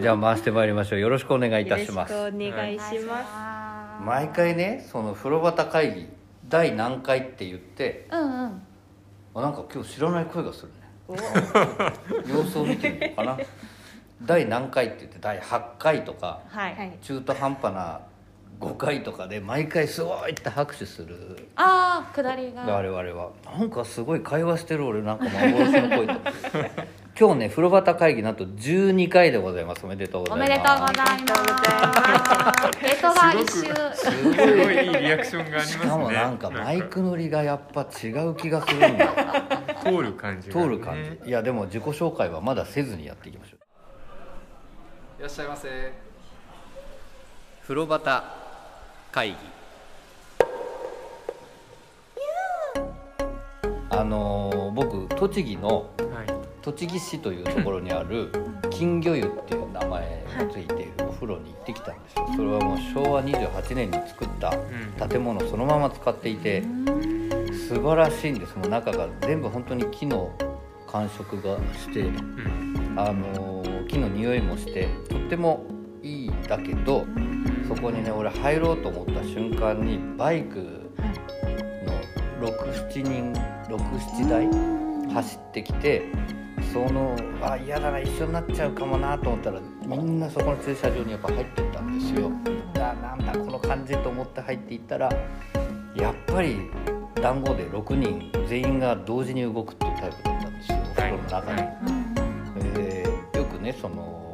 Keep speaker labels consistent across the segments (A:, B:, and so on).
A: じゃあ回してまいりましょうよろしくお願いいたします
B: よろしくお願いしま
C: ま
A: 毎回ねその風呂端会議第何回って言って
C: すうんうん
A: あなんか今日知らない声がするね
B: す。お
A: 様子を見てみようかな第何回って言って第8回とか
B: はい、
C: はい
A: 中途半端な5回とかで毎回すごいって拍手する
C: ああ下りが
A: 我々はなんかすごい会話してる俺なんか幻の声と今日ね風呂端会議なんと12回でございますおめでとうござ
C: お
A: いま
C: め
A: す
C: でとうございますゲートが一周
A: す
D: すごいいいリアクションがあります
A: し
D: ね
A: かもなんかマイク乗りがやっぱ違う気がするんだよ
D: 通る感じがね
A: 通る感じいやでも自己紹介はまだせずにやっていきましょう
D: いらっしゃいませ
A: 風呂端会議あのー僕栃木の
D: はい
A: 栃木市というところにある金魚湯っていう名前がついているお風呂に行ってきたんですよそれはもう昭和28年に作った建物をそのまま使っていて素晴らしいんですもう中が全部本当に木の感触がして
D: うん
A: あのー木の匂いもしてとってもいいんだけどそこにね俺入ろうと思った瞬間にバイクの67人67台走ってきてそのあ嫌だな一緒になっちゃうかもなと思ったらみんなそこの駐車場にやっぱ入ってったんですよ。だなんだこの感じと思って入っていったらやっぱり団子で6人全員が同時に動くっていうタイプだったんですよお風呂の中に。えーよくねその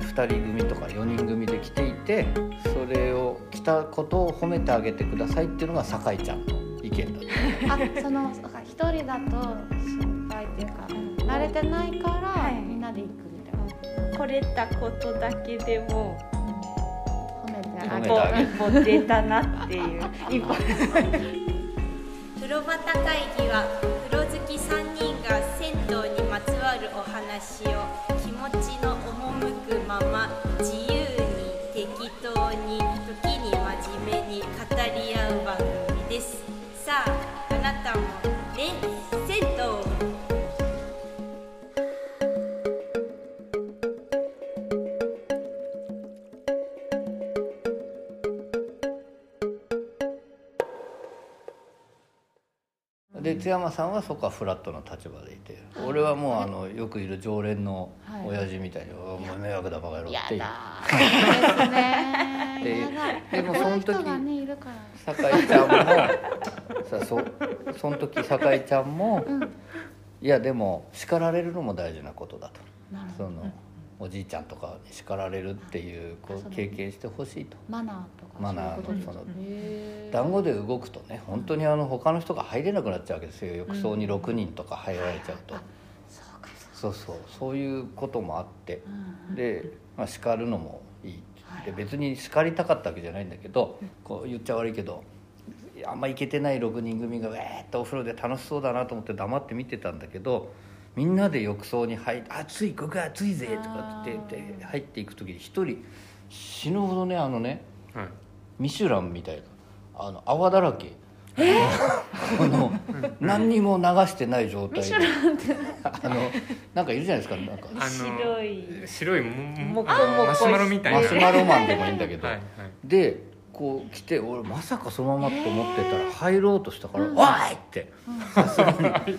A: 2人組とか4人組で来ていてそれを着たことを褒めてあげてくださいっていうのが酒井ちゃんの意見だっ
C: あそのそうか一人だと心配っていうか慣れてないから
B: い
C: みんなで行くみたいな
B: 来れたことだけでも
C: 褒めて
B: 一
C: あ
A: 褒め
C: げて
A: て
B: 歩
A: あげる
B: 一歩出たなっていう一歩
E: 風呂端会議は風呂好き3人が銭湯にまつわるお話を気持ちの赴くまま自由に適当に時に真面目に語り合う番組ですさああなたもレン銭湯を
A: たで津山さんはそこはフラットな立場でいて俺はもうあのよくいる常連の
C: はい
A: 親父みたいに「お前迷惑だバカ野郎」っ
C: や
A: て言う
C: だーですね
A: ででもその時
C: こ人がねいるから
A: 酒井 ちゃんもさそその時酒井ちゃんも、いやでも叱られるのも大事なことだと
C: なるほ
A: そ
C: ど
A: のおじいちゃんとかに叱られるっていうこ
C: そうの
A: 経験してほしいと
C: マナーとか
A: マナー
C: そういう
A: そ
C: こと
A: の
C: ですか
A: 団子で動くとね本当にあの他の人が入れなくなっちゃうわけですよ浴槽に6人とか入られちゃうと、
C: そうかそ
A: そうそうそういうこともあって
C: ううん
A: で、まあ、叱るのもいい
C: はい
A: で別に叱りたかったわけじゃないんだけどこう言っちゃ悪いけどあんまいけてない6人組がウえーっとお風呂で楽しそうだなと思って黙って見てたんだけどみんなで浴槽に入って「暑いここ暑いぜ」とかって言ってで入っていく時に一人死ぬほどねあのね
D: はい
A: ミシュランみたいなあの泡だらけあの何にも流してない状態であのなんかいるじゃないですかなんか
D: あの
B: 白い
D: 白いも
B: もこ
D: あの
B: もこ
D: マシュマロみたいな
A: マシュマロマンでもいいんだけど、
D: はいはい
A: でこう来て俺まさかそのままと思ってたら入ろうとしたから「おい!」って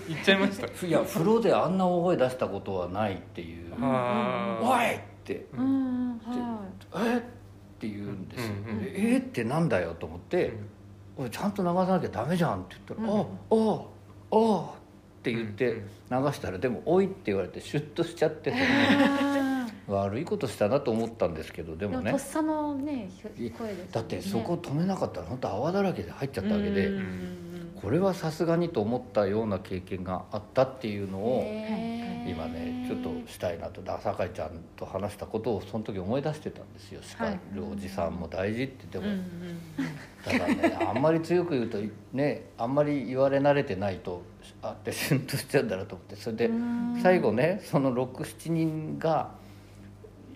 D: 言っちゃいました
A: いや風呂であんな大声出したことはないっていう「お
D: あ
A: い!」って
C: うんうんは
A: 「えっ?」て言うんですよ
D: うんうん
A: でえっ?」ってなんだよと思って「俺ちゃんと流さなきゃダメじゃん」って言ったら「ああああ」って言って
D: うん
A: 流したらでも「おい」って言われてシュッとしちゃって 悪いことしたなと思ったんですけどで
C: いで
A: も
C: も
A: ね
C: とっさのねひ声ですよね
A: だってそこ止めなかったら本当泡だらけで入っちゃったわけで。
B: うん
A: これはさすがにと思ったような経験があったっていうのを
C: へー
A: 今ねちょっとしたいなとだから酒井ちゃんと話したことをその時思い出してたんですよ叱るおじさんも大事ってでも、ただねあんまり強く言うとねあんまり言われ慣れてないとあってシュンとしちゃうんだなと思ってそれで最後ねその67人が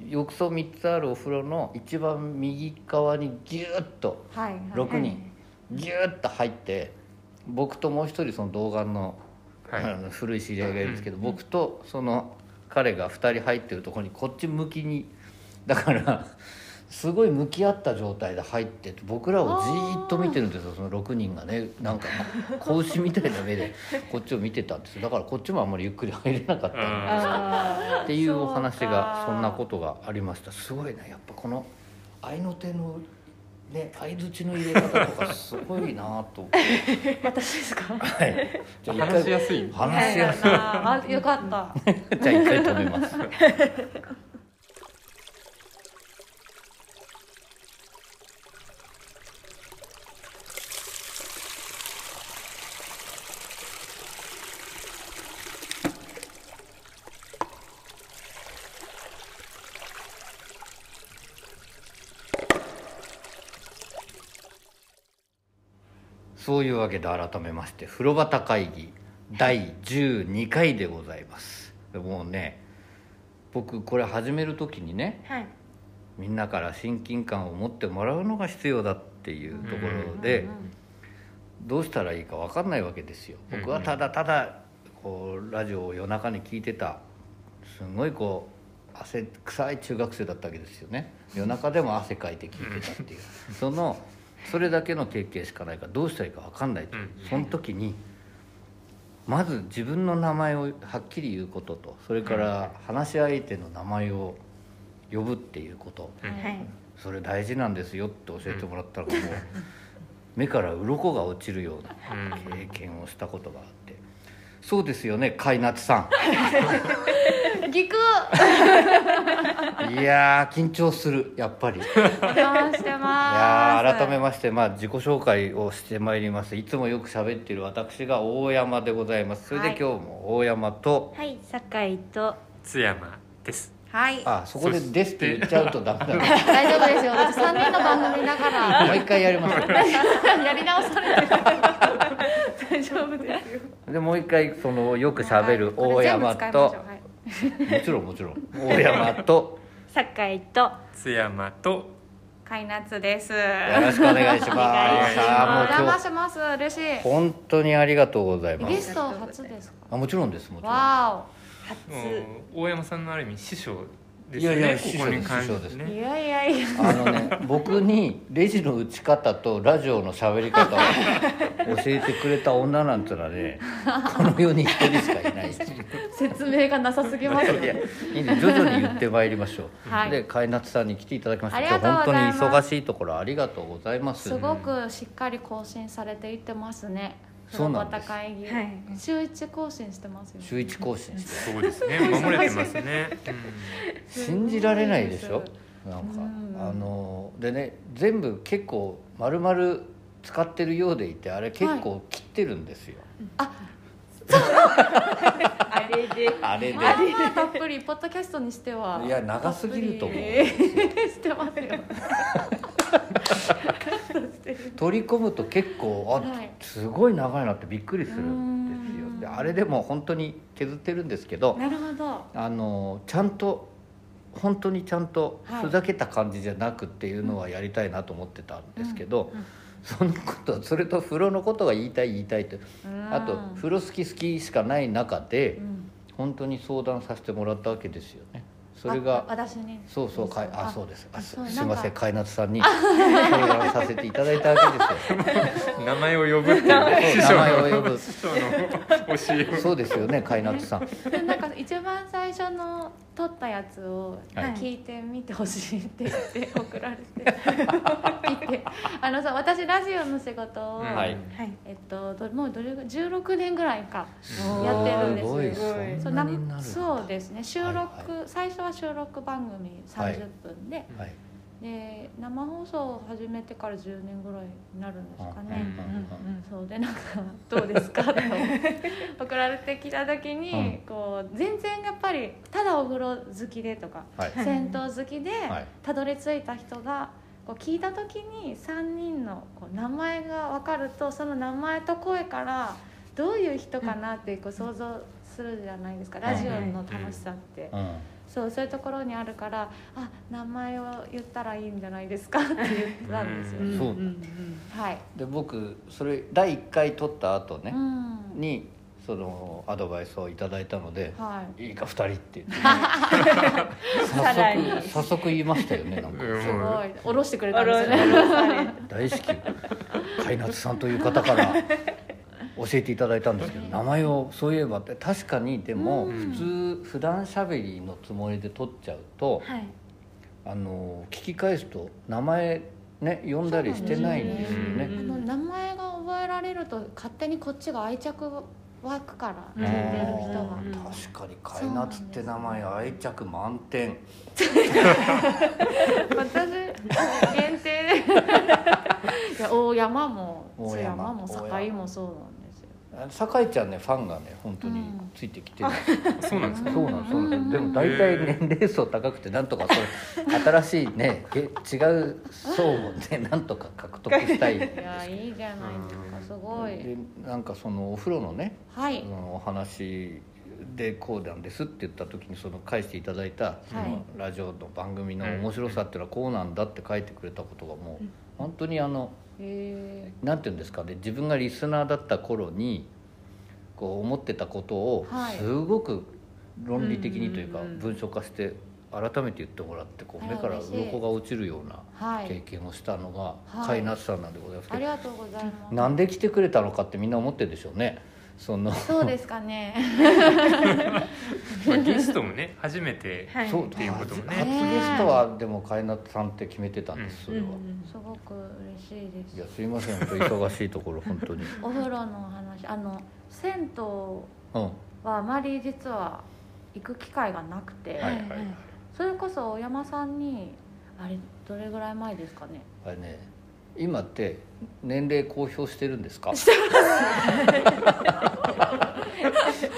A: 浴槽3つあるお風呂の一番右側にギューッと
C: はいはい
A: 6人ギューッと入って僕ともう一人その童顔の,、
D: はい
A: あの古い知り合いがいるんですけど、僕とその彼が2人入ってるところにこっち向きにだからすごい向き合った状態で入ってて僕らをじーっと見てるんですよその6人がねなんか子牛みたいな目でこっちを見てたんですよだからこっちもあんまりゆっくり入れなかったんで
B: あ
A: っていうお話が
C: そうか
A: そんなことがありましたすごいねやっぱこの合いの手のね相づちの入れ方とかすごいなと
B: ー私ですか
A: はいじゃあ一
D: 話し
A: 回
D: やすい
A: 話しやすい
C: あよかった
A: じゃあ一回止めますそういうわけで改めまして風呂旗会議第12回でございますもうね僕これ始める時にね
B: はい
A: みんなから親近感を持ってもらうのが必要だっていうところでどうしたらいいか分かんないわけですよ僕はただただこうラジオを夜中に聞いてたすごいこう汗臭い中学生だったわけですよね夜中でも汗かいて聞いてたっていうそのそれだけの経験しかないからどうしたらいいか分かんないと
D: うん
A: その時にまず自分の名前をはっきり言うこととそれから話し相手の名前を呼ぶっていうこと
B: はい
A: それ大事なんですよって教えてもらった らもう目から鱗が落ちるような経験をしたことがあってそうですよね海夏さ
C: ギク
A: んいやー緊張するやっぱりい
C: お邪魔して
A: や
C: ます
A: ー改めましてまあ自己紹介をしてまいりますいつもよく喋っている私が大山でございますそれで
E: はい
A: 今日も大山と、
E: はい酒井と
D: 津山です
E: はい
A: あそこで「
D: そして
A: です」って言っちゃうとダメだな
C: 大丈夫ですよ私3人の番組 だから
A: 毎回やりますよ
C: やり直されてる大丈夫ですよ
A: でもう一回そのよく喋る大山と、もちろんもちろん大山と
E: 酒井と
D: 津山と
E: 海夏です
A: よろしくお願いします。
C: お
A: あー
C: 邪
A: もう
C: 魔
A: 今
C: します嬉し
A: 日本当にありがとうござい
C: い
A: ま
C: ゲ
A: す。
C: スト初ですか
A: あもちろんですもちろん。
C: わ
B: 初
D: うん大山さんのある意味師匠ですよね
A: いやいや
D: ここに関
A: 師匠です
D: して
C: おい
D: ね
C: やいやいや
A: あのね僕にレジの打ち方とラジオの喋り方を教えてくれた女なんてのはねこの世に一人しかいない。
C: 説明がなさすぎますよ
A: いや
C: ね
A: いいね徐々に言ってまいりましょう。
C: はい
A: で海夏さんに来ていただきました。
C: あり
A: 今
C: が
A: 日
C: とうございます
A: 本当に忙しいところありがとうございます。
C: すごくしっかり更新されていってますね
A: そうなんです
C: 風呂旗会議、
B: はい
C: 週一更新してますよね
A: 週一更新して
D: そうですね守れてますねうん
A: 信じられないでしょなんか、
C: うん
A: あのでね全部結構丸々使ってるようでいてあれ結構切ってるんですよ、
B: あれで
A: あれで
C: まあまあたっぷりポッドキャストにしてはい
A: や長すぎると思う
C: たっぷりしてます よ
A: 取り込むと結構あ、
C: はい
A: すごい長いなってびっくりする
C: うん
A: です
C: ん
A: よであれでも本当に削ってるんですけど
C: なるほど
A: あのちゃんと本当にちゃんと
C: はい
A: ふざけた感じじゃなくっていうのはやりたいなと思ってたんですけど、そのことそれと風呂のことが言いたい言いたいとあと風呂好き好きしかない中で
C: うん
A: 本当に相談させてもらったわけですよねそれが
C: あ私に
A: そうそうかいあそう
C: で
A: ですあす
C: そう
A: すいませ
C: なんんか
A: 海夏さんに相談させていただいたわけですよ
D: 名前を呼ぶっていう
A: そう名前を呼ぶ
D: 師匠の師匠の教えを
A: そうです よね海夏さん
C: でなんか一番最初の撮ったやつを
A: はい
C: 聞いてみてほしいって言って 送られて聞いてあのさ私ラジオの仕事を、
D: うん
A: はい
B: はい
C: えっと、どもうどれぐらい16年ぐらいか
A: す
C: やってるんですよ
A: ごい
B: すごい
A: そ
C: そ
A: ん
C: う
A: な
C: な
A: になる
C: そうですね収録、
A: はい
C: 最初は収録番組30分で,、
A: はい
C: で生放送を始めてから10年ぐらいになるんですか
A: うん
C: ね、
A: うんうん
C: そうでなんか「どうですか?」 と送られてきた時に、
A: うん
C: こう全然やっぱりただお風呂好きでとか
A: はい
B: い
C: 銭湯好きで
A: はい
C: たどり着いた人がこう聞いた時に3人のこう名前が分かるとその名前と声からどういう人かなってこう想像するじゃないですかラジオの楽しさって
A: うん
C: そうそういうところにあるからあ名前を言ったらいいんじゃないですかって言ったんですよ
A: うんそう
B: うん
C: はい
A: で僕それ第1回撮った後ね
C: うん
A: にそのアドバイスをいただいたので
C: はい
A: いいか2人って 言って
B: さらに
A: 早速早速言いましたよねなんか
D: うん
C: すご
D: もう
C: い下ろしてくれた
B: あ
C: んです
B: ら
C: よ
B: ら
C: ね
B: され
A: 大好き海夏さんという方から教えていただいたんです けど名前をそういえばって確かにでも
C: うん
A: 普通普段しゃべりのつもりで取っちゃうと
C: はい
A: あの聞き返すと名前ね呼んだりしてないんですよね
C: あの名前が覚えられると勝手にこっちが愛着湧くから
B: うん
C: 聞いてる人
A: あ
C: が
A: ー確かに海
C: そうなんで
A: 夏
C: す
A: って名前愛着満点
C: 私限定でいや大山も
A: 大
C: 津
A: 山
C: 山も
A: 大
C: 堺
A: 山
C: もそうなんですよ
A: 酒井ちゃんねファンがね本当に
C: うん
A: ついてきてる、
D: そうなんですか
A: そうなんです、そうなんです。で
C: う
A: も
C: ん
A: 大体年齢層高くてなんとかそれ新しいねえ違う層をねなんとか獲得した い。
C: いやいいじゃないですかすごい
A: でなんかそのお風呂のね、
C: はい
A: そのお話でこうなんですって言った時にその返していただいたそのラジオの番組の面白さっていうのはこうなんだって書いてくれたことがもう本当にあの
C: へ
A: なんていうんですかね自分がリスナーだった頃にこう思ってたことを
C: はい
A: すごく論理的にというか
B: うんうんうん
A: 文章化して改めて言ってもらってこう
C: あ
A: 目から
C: 嬉しい
A: 鱗が落ちるような
C: ーは
A: 経
C: い
A: 験をしたのが
C: はい
A: 飼いなさんなんでございます
C: あ
A: け
C: り
A: ど
C: がとうございます
A: なんで来てくれたのかってみんな思ってるでしょうね。その
C: そうですかね
D: まあゲストもね初めて
B: はい
A: そう
D: っていうこともね
A: 初初ゲストはでも飼いなさんって決めてたんですそれは。
B: うん
C: すごく嬉しいです
A: いやすいません本当忙しいところ本当に。
C: お風呂のお話あの銭湯
A: うん
C: はあまり実は行く機会がなくて、
A: はいはい
B: は
A: はいい。
C: それこそ大山さんにあれどれぐらい前ですかね
A: あれね今って年齢公表してるんですかだか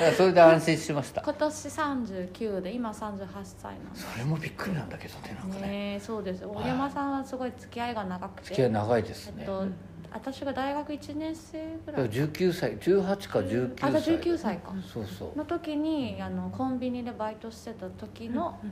A: らそれで安心しました
C: 今年39で今38歳なんで
A: それもびっくりなんだけどねなんかね
C: ねえそうです
A: い
C: 大山さんはすごい付き合いが長くて
A: 付き合い長いです
C: えっ
A: ね
C: と私が大学1年生ぐらい
A: 19歳18か19
C: あ
A: 歳
C: じゃあ19歳か
A: そうそう
C: の時にあのコンビニでバイトしてた時のあ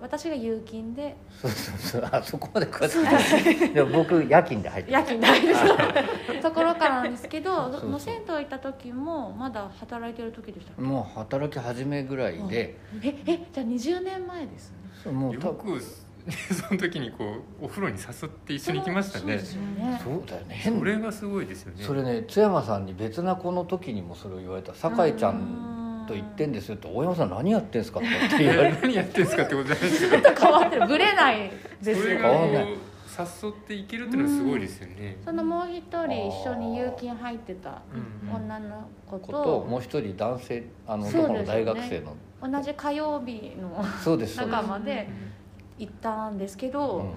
C: 私が有金で
A: そうそうそうあそこまで詳しくでも僕夜勤で入って
C: 夜
A: ます
C: 勤代ですところからなんですけど
A: そうそう
C: もう銭湯行った時もまだ働いてる時でしたっ
A: もう働き始めぐらいで、
C: けええじゃあ20年前ですね
A: そうもう
D: よ
A: た
D: く その時にこうお風呂に誘って一緒に行きました
C: そうで
D: ね
C: すよね
A: そうだよね変
D: それがすごいですよね
A: それね津山さんに別な子の時にもそれを言われた酒井ちゃんと言ってんですよって大山さん何やってんすかって言われ
D: え何やってんですかってことじゃないですけど
C: 変わってるぶれないです
D: それ
C: よ
D: が
A: 変わんない
D: こう誘っていけるっていうのはすごいですよね
C: そのもう一人一緒に有金入ってた
D: うん
C: 女の子
A: 子と
C: と
A: もう一人男性あの
C: そうです
A: 男の大学生の
C: 同じ火曜日の
A: そうですそうです
C: 仲間で行ったんですけ
A: う
C: ど
A: ん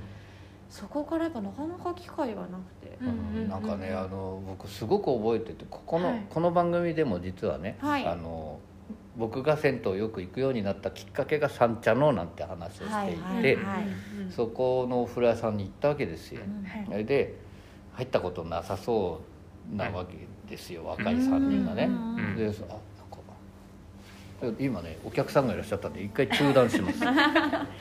C: そこからやっぱなかなか機会がなくて
B: うんうんうん
A: なんかねあの僕すごく覚えててここの、
B: はい
A: この番組でも実はね、
C: はい
A: あの僕が銭湯よく行くようになったきっかけが三茶のなんて話をしていて、
C: はいはいはい
A: そこのお風呂屋さんに行ったわけですよ、
C: うん
A: それで入ったことなさそうなわけですよ、若い3人がね、
C: うんうんうん
A: でそあなんかで今ねお客さんがいらっしゃったんで一回中断します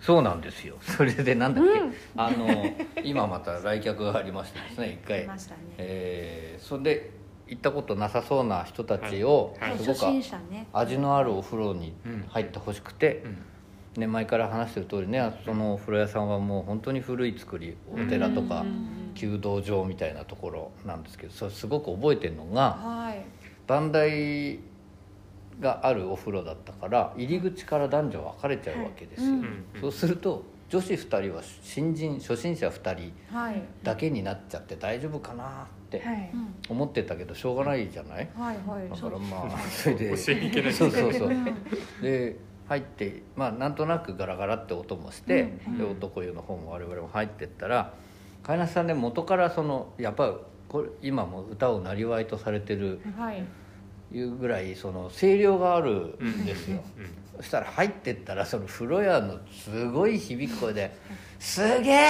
A: そうなんですよそれでなんだっけ、
C: うん
A: あの今また来客がありましてですね一
C: い
A: 回
C: ましたね
A: えーそれで行ったことなさそうな人たちを、
D: はい
A: すご
C: 初
A: く
C: 心者ね
A: 味のあるお風呂に入ってほしくて、
D: うん
A: ね、前から話してる通りねそのお風呂屋さんはもう本当に古い造りお寺とか
B: うんうん
A: 弓道場みたいなところなんですけどそれすごく覚えてるのが
C: はい
A: 番台があるお風呂だったから入り口から男女分かれちゃうわけですよ、
C: はいうん
D: うん
A: そうすると女子2人は新人初心者2人
C: はい
A: だけになっちゃって大丈夫かなって
B: はい
C: うん
A: 思ってたけどしょうがないじゃない
C: はいはい
A: だ
C: そ
A: から
C: うです
A: まあそれで
D: 教えに行けない
A: そうそうそううんで入ってまあなんとなくガラガラって音もして、
B: うん
A: で男湯の方も我々も入ってったら飼い主さんね元からそのやっぱこれ今も歌を生りとされてる
C: はい
A: いうぐらいその声量があるんですよ、
D: うん
A: そしたら入ってったらその風呂屋のすごい響く声 で 「すげえ! 」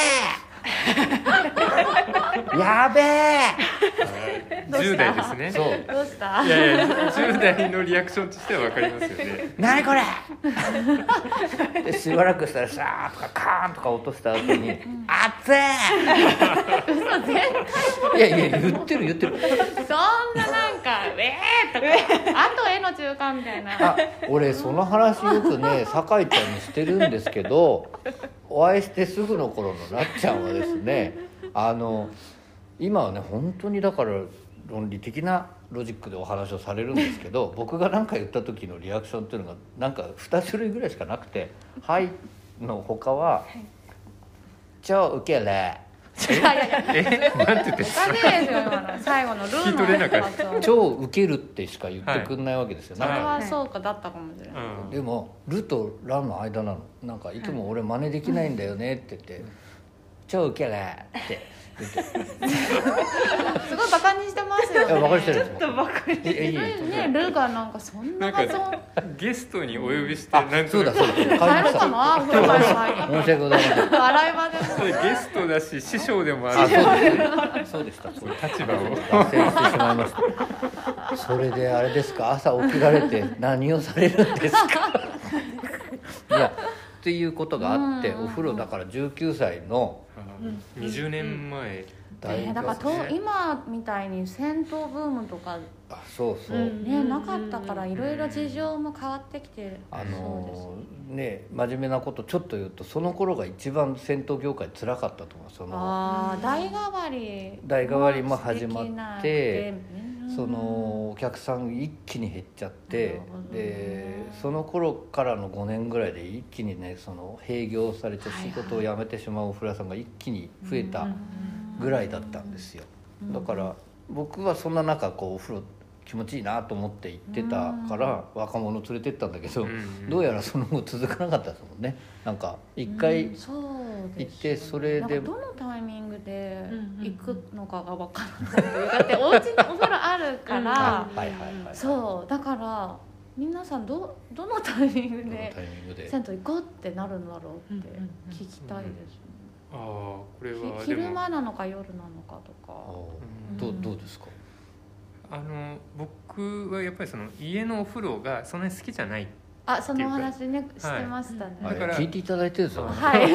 A: 「やべえ!
C: どうした
D: 10代ですね
A: そう
C: どうした
D: いやいや10代のリアクションとしては分かりますよね
A: 「何これ!」でしばらくしたらシャーとかカーンとか落とした後に「熱い!
C: 嘘全然」
A: いやいや言ってる言ってる
C: そんななんか 「ええ!」とか「あと絵の中間」みたいな
A: あ俺その話よくね酒井ちゃんにしてるんですけどお会いしてすぐの頃のなっちゃんはですねあの今はね本当にだから論理的なロジックでお話をされるんですけど僕が何か言った時のリアクションっていうのがなんか2種類ぐらいしかなくて「はい」の他は「超ウケれ」
C: いやいやいや
D: えなんて言ってんす
C: おかしいですよ今の最後のルー
D: 聞き
C: の
D: 取れなかっ
A: 「超ウケる」ってしか言ってくんないわけですよ。
C: そ
A: なん
C: れ
A: か
C: はそうかだったかもしれない、
A: でも「ル」と「ラ」の間なのなんかいつも俺真似できないんだよねって言って「超ウケら」って言って
C: すごいバカにしてま
A: 「
C: す
A: いや
C: よ
A: 分
C: ね
A: かりしてるんですもん
B: ばかり
A: いやいいよ
C: ねルがなんかそんな
D: なん
C: 発
D: か
C: 音
D: うんゲストにお呼びして
A: あ
D: なん
A: そうだそうだ帰りま
C: 変え
A: し
C: るか
A: た
C: な風磨さん
A: 申し訳ございません
C: 笑い 場でも
D: それゲストだし師匠でもあ
A: あ
D: るし
A: そうですそうでしたそうでした
D: 立場を
A: 脱線してしまいましたそれであれですか朝起きられて何をされるんですかいやっていうことがあってお風呂だから19歳の
D: 20年前
A: 大
C: ね、だからと今みたいに銭湯ブームとかね、
A: あそうそう、
B: うん
C: なかったからいろいろ事情も変わってきて
A: あ
C: そ
A: の
C: うです
A: ーね真面目なことちょっと言うとその頃が一番銭湯業界つらかったと思うその
C: ああ代替わり
A: 代替わりも始まって
C: できなくて
A: そのお客さん一気に減っちゃって
C: なるほどね
A: でその頃からの5年ぐらいで一気にねその閉業されて
C: はいは
A: 仕
C: い
A: 事を辞めてしまうお風呂屋さんが一気に増えたぐらいだったんですよだから僕はそんな中こうお風呂気持ちいいなと思って行ってたから若者連れてったんだけど
D: ん
A: どうやらその後続かなかったですもんねなんか一回
C: うんそう
A: 行っ
C: です
A: てそれ
C: なん
A: で
C: かどのタイミングで
B: うんうんう
C: 行
B: ん
C: くのかが分からないというかだってお家にお風呂あるか
A: あ
C: ら
A: はいはいはい
C: そうだから皆さんどどのタイミン
A: ど
C: グ
A: の
C: で
A: タイミングで
C: 銭湯行こうってなるんだろうって
B: うんうんうん
C: 聞きたいです
D: ああこれ
C: ね、
D: は
C: ひ
D: で
C: 昼
D: も
C: 間なのか夜なのかと
A: あ
C: か
A: ーどうどうですか
D: あの僕はやっぱりその家のお風呂がそんなに好きじゃない
C: あそのお話ねしてましたね、
A: あ
D: だから
A: 聞いていただいてるぞ
C: はい、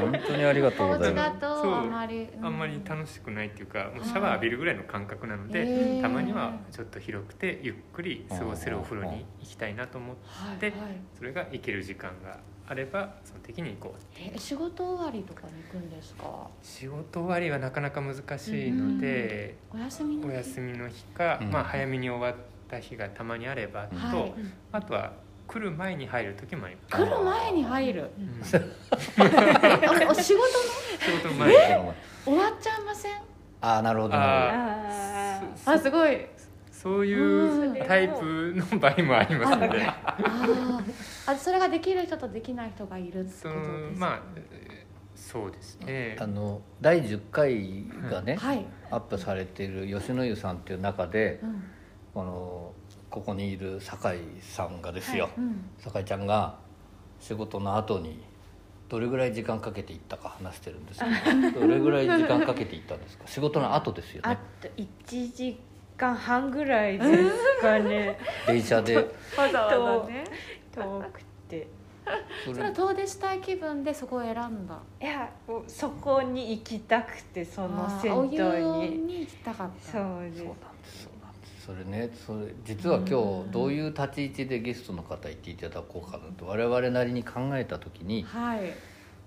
A: 本当にありがとう
C: お
A: ござ
C: 家
A: いま
C: だ
A: す
C: とあまり
D: あんまり楽しくないっていうかもうシャワー浴びるぐらいの感覚なので、
C: へー
D: たまにはちょっと広くてゆっくり過ごせるお風呂に行きたいなと思って
C: はい
D: で
C: はい
D: それが行ける時間があればその時に行こう
C: え仕事終わりとかに行くんですか
D: 仕事終わりはなかなか難しいので、
C: お休みの
D: お
C: 日
D: 休みの日か、
A: うん
D: まあ、早めに終わった日がたまにあればと、
C: はい
D: あとは来る前に入る時もあります
C: 来る前に入る
D: うん仕
C: えおお仕事の
D: 事前に
C: 終わっちゃいません
A: ああなるほどなる
B: あー
C: あすごい
D: そういうタイプの場合もありますので。
C: あーあそれができる人とできない人がいるって
D: そ
C: こと
D: の
C: です
D: まあえーそうですね
A: ほどあの第10回がね
C: はい、
A: アップされている吉野湯さんっていう中で
C: うん
A: このここにいる酒井さんがですよ
C: うん、
A: 酒井ちゃんが仕事の後にどれぐらい時間かけて行ったか話してるんですけ どどれぐらい時間かけて行ったんですか仕事の後ですよ
B: あ
A: ね
B: と1時間半ぐらいですかね
A: 電車で
C: わざ
B: わざね遠くて
A: そ
C: それは
A: れ
C: 遠出したい気分でそこを選んだ
B: いやもうそこに行きたくてその
C: あ
B: 銭
C: ーお
B: 湯
C: 湯
B: に
C: に行きたかった
B: そうです
A: そうなんですそうなんですそれねそれ実は今日どういう立ち位置でゲストの方行っていただこうかなと我々なりに考えた時に
C: はい、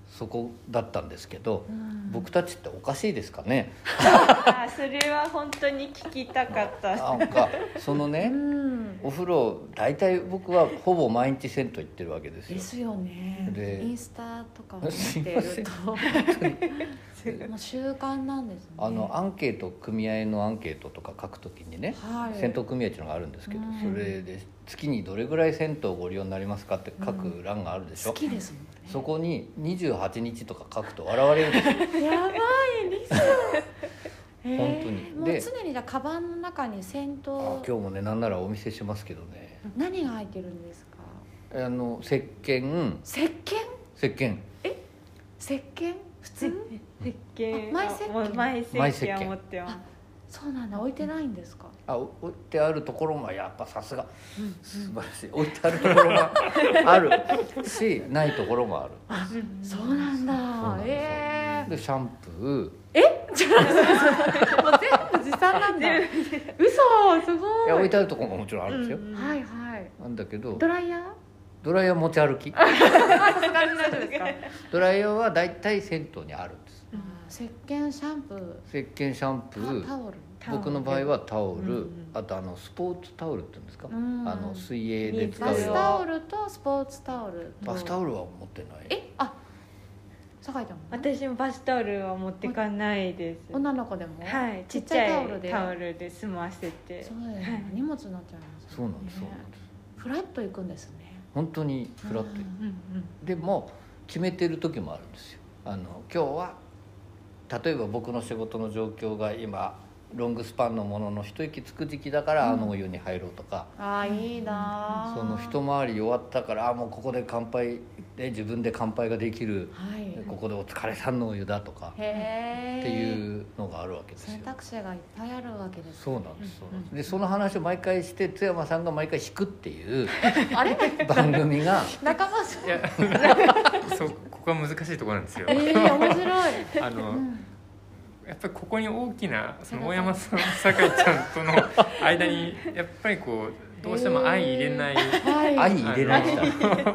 A: そこだったんですけど
C: うん
A: 僕たちっておかしいですかね
B: あーそれは本当に聞きたかった
A: なんかその
C: う
A: ね
C: ん
A: お風呂大体僕はほぼ毎日銭湯行ってるわけです
C: で
A: よ
C: すよね
A: で
C: インスタとかを見てるともう習慣なんですね
A: あのアンケート組合のアンケートとか書くときにね
C: はい
A: 銭湯組合っていうのがあるんですけど、
C: うん
A: それで月にどれぐらい銭湯をご利用になりますかって書く欄があるでしょ、
C: 好きですもんね
A: そこに28日とか書くと笑われるんですよ
C: やばいリ ス
A: 本当に
C: もう
A: で
C: 常にじゃあカバンの中に
A: あ
C: 銭
A: 今日
C: 湯
A: もねなんならお見せしますけどね
C: 何が入ってるんですか
A: あの石鹸
C: 石鹸
A: 石鹸
C: 石鹸普通
B: 石鹸
C: あマイ石鹸
B: もうマイ石
A: マイ石
B: 鹸
A: 鹸
B: を持ってます
C: そうなんだ置いてないんですか
A: あお置いてあるところもやっぱさすが素晴らしい置いてあるところがあるしないところもある
C: そうなん
A: そうなん
C: だ
A: ですよ
C: ええ
A: でシャンプ
C: もう全部持参な んだ嘘す
A: ー
C: ご
A: い
C: い
A: や置いてあるところももちろんあるんですよ、
C: はいはい
A: なんだけど
C: ドライヤー
A: ドライヤー持ち歩き
C: さすがに大丈夫ですか
A: ドライヤーは大体銭湯にあるんです
C: 石鹸シャンプー
A: 石鹸シャンプ
C: タタ
A: ー
C: オル
A: 僕の場合はタオル、
B: うんうん
A: あとあのスポーツタオルって言うんですか、
C: うん
A: あの水泳で使
C: バ
A: う
C: ス
A: よ
C: タオルとスポーツタオルと
A: バスタオルは持ってない
C: えあ酒井ちゃんも
B: 私もバスタオルは持ってかないです
C: 女の子でも
B: はいち
C: ち
B: っ
C: っ
B: ち
C: ち
B: ゃ
C: ゃ
B: い
C: い
B: タ
C: タ
B: オ
C: オ
B: ル
C: ル
B: で
C: で
B: 済ませて
C: そうだよね荷物になっちゃいます
A: そうなんですそう
C: ね
A: なんです
C: フラッと行くんですね
A: 本当にフラッと
B: うんうん
A: でも決めてる時もあるんですよあの今日は例えば僕の仕事の状況が今ロングスパンのものの一息つく時期だからあのお湯に入ろうとか、
C: ああいいな
A: その一回り終わったからあもうここで乾杯で自分で乾杯ができる
C: はい
A: ここでお疲れさんのお湯だとか
C: へえ
A: っていうのがあるわけですよ
C: 選択肢がいっぱいあるわけです
A: そうなんですそうなんですでその話を毎回して津山さんが毎回引くっていう
C: あれ
A: 番組 が
C: 仲間さん
D: いや そうここは難しいところなんですよ
C: ええ面白い
D: あの、
C: うん
D: やっぱりここに大きなその大山さん酒井ちゃんとの間にやっぱりこうどうしても相入れない
A: 相
C: はい
A: 入れないした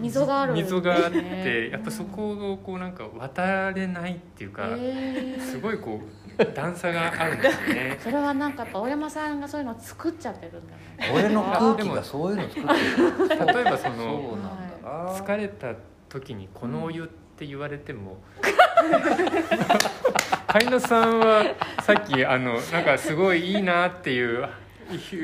C: 溝がある
D: 溝があって
C: ね
D: やっぱそこをこうなんか渡れないっていうか、
C: え
D: す
C: え
D: ごいこう段差があるんですよ ね
C: それはなんかやっぱ大山さんがそういうのを作っちゃってるんだね
A: 俺の空気がそういうの作ってる
D: 例えばそ
A: そ
D: の
A: うなんだな
D: 疲れた時にこのお湯って言われても飼い主さんはさっきあのなんかすごいいいなっていう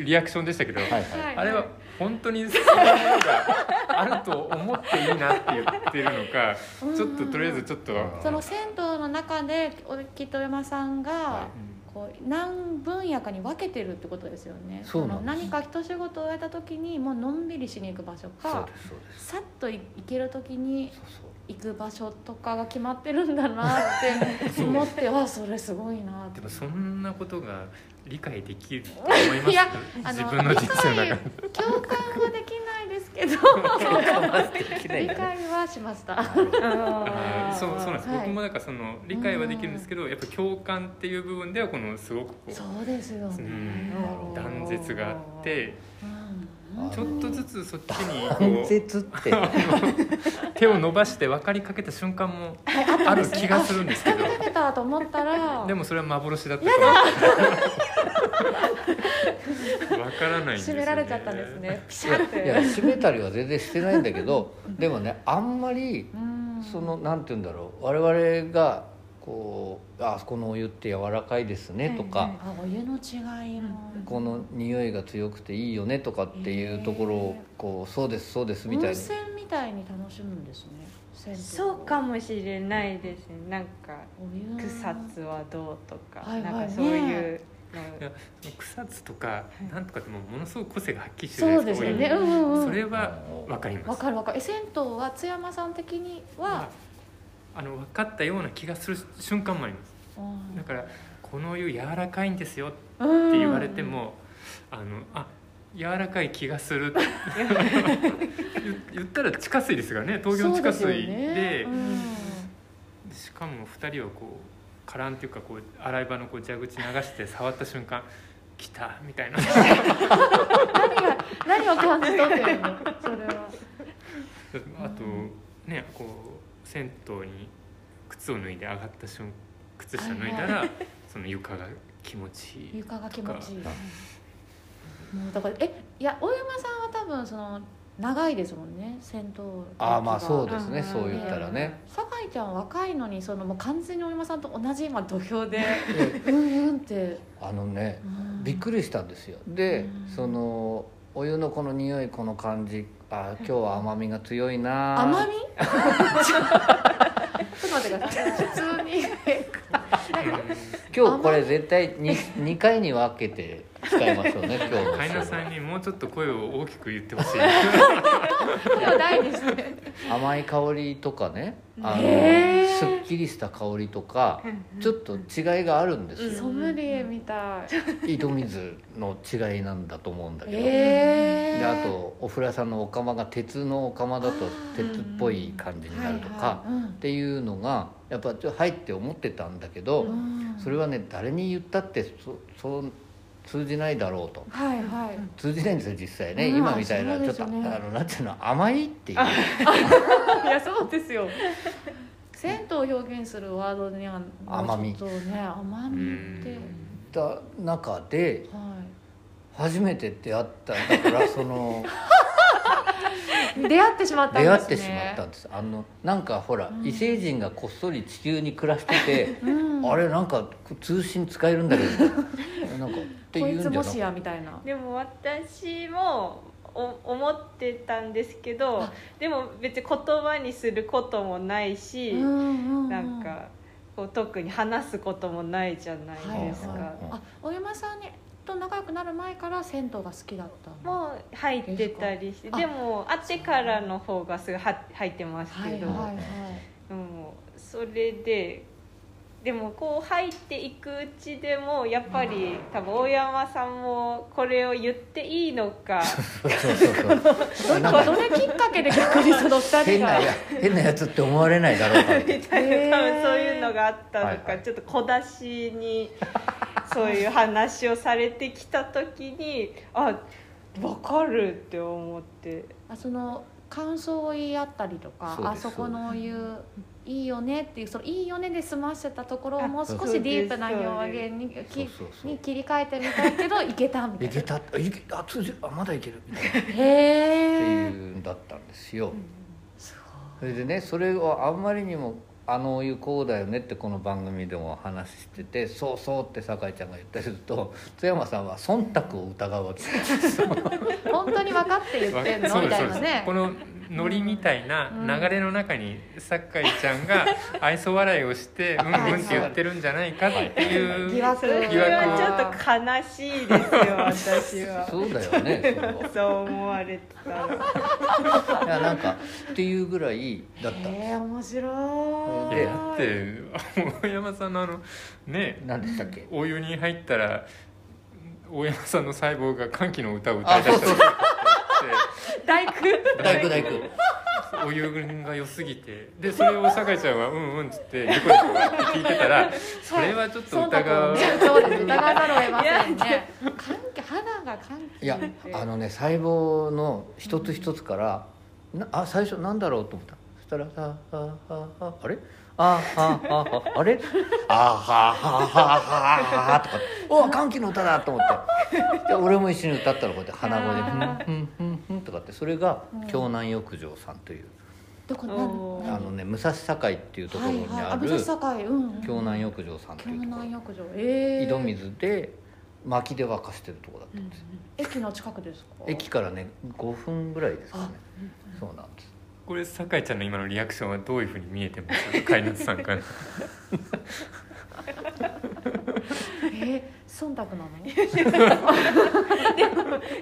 D: リアクションでしたけど、
A: はいはい
D: あれは本当にそういうものがあると思っていいなって言ってるのかちょっととりあえずちょっと、
A: うん
C: その銭湯の中できっと山さ
A: は
C: んがこう何分野かに分けてるってことですよね
A: そうなんです
C: の何か一仕事を終えた時にもうのんびりしに行く場所
A: そう
C: か
A: ですそうです
C: さっと行ける時に
A: そうそう
C: 行く場所とかが決まってるんだなって思ってはそれすごいなっ
D: で
C: て
D: もそんなことが理解できると思います
C: いやあ
D: 自
C: の
D: 分の人生の中で
C: 共感はできないですけど 理解はしました
B: あ ー
D: あーそうそうなんです、
C: はい
D: 僕もなんかその理解はできるんですけど、やっぱ共感っていう部分ではこのすごくこう
C: そうですよ
D: う
C: ね
D: ん断絶があって
C: うん
D: ちょっとずつそっちに
A: 関
D: こう
A: 節って
D: 手を伸ばして分かりかけた瞬間もある気がするんですけど
C: 食べたと思ったら
D: でもそれは幻だったから分からないんで
C: 閉
D: すよ、ね、
C: められちゃったんですねピシ
A: い
C: ャ
A: や
C: っ
A: い
C: て
A: や閉めたりは全然してないんだけどでもねあんまり
C: うん
A: そのなんて言うんだろう我々がこう「ああそこのお湯って柔らかいですね」と
B: はいは
A: か
B: い
C: あお湯の違いも
A: 「この匂いが強くていいよね」とかっていうところをこう「そうですそうです」みた
C: 温
A: いに
C: 泉みたいに楽しむんですね銭湯
B: そうかもしれないですねなんか
C: お湯の
B: 草津はどうとか、
C: はいはい
B: なんかそういう
D: いや草津とかなんとかってもうものすごく個性が発揮して
C: そ
D: る
C: うですよ
D: こうい
C: ね
D: う
C: うんうんう
D: そ
C: ん
D: れは分かります
C: わかるわかるえ銭湯は津山さん的には
D: あの分かったような気がする瞬間もありますだからこのお湯柔らかいんですよって
C: って
D: 言われても、あのあ柔らかい気がする言言ったら地下水ですからね東京の地下水でしかも2人をこうカランっていうかこう洗い場のこう蛇口流して触った瞬間「来た」みたいな
C: 何を感じ取ってるのそれは
D: あとねこう銭湯に靴を脱いで上がった瞬靴下脱いだらその床が気持ちいい
C: 床が気持ちいいもうだからえいや大山さんは多分その長いですもんね銭湯
A: ああまあそうですね
B: うん
A: そう言ったらね
C: 酒井ちゃん若いのにそのもう完全に大山さんと同じ今土俵でうんうんって、
A: あのね
C: うん
A: びっくりしたんですよで
C: うん
A: そのお湯のこの匂いこの感じあ今日は甘みが強いな
C: 甘みちょっと待ってください普通に
A: 今日これ絶対に2回に分けて使いましょう ね今日の
D: 飼い主さんにもうちょっと声を大きく言って ほしい
C: 手を大にして
A: 甘い香りとかねあの
C: へー
A: すっきりした香りとかちょっと違いがあるんです
B: うん
A: よ
C: ソムリエみたい。
A: 井戸水の違いなんだと思うんだけど、
C: ええ。
A: であとお風呂屋さんのお釜が鉄のお釜だと鉄っぽい感じになるとか、
C: はいはい
A: っていうのがやっぱちょっと入って思ってたんだけど、
C: うん
A: それはね誰に言ったってそそう通じないだろうと
C: はいはい。
A: 通じないんですよ実際ね、
C: うん
A: 今みたいな、
C: そう
A: ち
C: で
A: ょっ
C: す
A: と
C: よ
A: あ
C: ね
A: のなんていうの甘いっていう
C: いやそうですよ。銭湯を表現するワードにはもう
A: 甘み
C: ちょっとね甘
D: う
C: みって
D: ん
A: た中で
C: は
A: 初めて出会っただ からその
C: い。出会ってしまったんで
A: 出会
C: すね。
A: ってしまったんですあのなんかほら、
C: うん
A: 異星人がこっそり地球に暮らしてて
C: うん。
A: あれなんか通信使えるん だけどなんかってい
C: こ
A: うん
C: い
A: じゃ
C: つ
A: な
C: も
A: く
C: してやみたいな。
B: でも私もお思ってたんですけどでも別に言葉にすることもないし、
C: な
B: なんかこう特に話すこともないじゃないですか、
A: はいはい
C: あお山さんにと仲良くなる前から銭湯が好きだったの
B: もう入ってたりして
C: あ
B: でも会ってからの方がすぐは入ってますけど、
A: はいはい
B: もうそれででもこう入っていくうちでもやっぱり多分大山さんもこれを言っていいの か
A: そうそう そうなんか
C: どれきっかけで逆にその2人
A: 変な
C: が
A: や変なやつって思われないだろうかって
B: みた
C: へ
B: い
C: ー
B: な多分そういうのがあったのか、
A: はいはい
B: ちょっと小出し にそういう話をされてきた時にあ分かるって思って。
C: あその感想を言い合ったりとか
A: そうで
C: あ
A: す
C: そこの言ういいよねっていうそのいいよねで済ませたところをもう少しディープな表現に
A: そう
C: き
A: そうそう
C: に切り替えてみたいけどいけたみた
A: い
C: いな
A: けたあいけあ通じるあまだいけるみたいなっ
C: へ
A: て
C: え
A: いうんだったんですよ
C: す
A: それでねそれをあんまりにも「あのお湯こうだよね」ってこの番組でもお話ししてて「そうそう」って酒井ちゃんが言ったりすると津山さんは忖度を疑うわけ
C: ごい本当に分かって言ってん
D: そ
C: の
D: う
C: み
D: です
C: たいな
D: そうです
C: ね
D: このノリみたいな流れの中に酒井ちゃんが愛想笑いをしてうんうんって言ってるんじゃないかっていう
C: 疑惑
B: それはちょっと悲しいです よ私は
A: そうだよねそれは
B: そう思われてたの
A: いやなんかっていうぐらいだったんで
C: へえ面白い
D: いやだって大山さんのあのね
A: す何でしたっけ
D: お湯に入ったら大山さんの細胞が歓喜の歌を歌
A: あ
D: いだ
A: そう
D: した
A: そう
D: り
A: そう
C: 大工
A: 大工大工
D: お湯が良すぎてでそれを酒井ちゃんは「うんうん」っつってニコニコ笑って聞いてたらそれはちょっと疑う
C: そうです疑わざるを得ませんね関係肌が関
A: い
C: 係
A: やあのね細胞の一つ一つから、なあ最初なんだろうと思ったそしたら「あああああれあああああれあはははは」とか「お歓喜の歌だ」と思ってで俺も一緒に歌ったらこうやって鼻声で「ふんふんふんふん」とかってそれが京南浴場さんという、
C: どこ
B: おー
C: な
A: あのね武蔵境っていうところにある
C: 武蔵境うんうん
A: 京南浴場さんと
C: 京
A: いうとこ
C: 南浴場
A: ろ
C: ええ
A: 井戸水で薪で沸かしてるところだったんですよ
C: 駅の近くですか
A: 駅からね5分ぐらいですかねそうなんです
D: これ酒井ちゃんの今のリアクションはどういうふうに見えてます飼い主さんから
C: えー忖度なの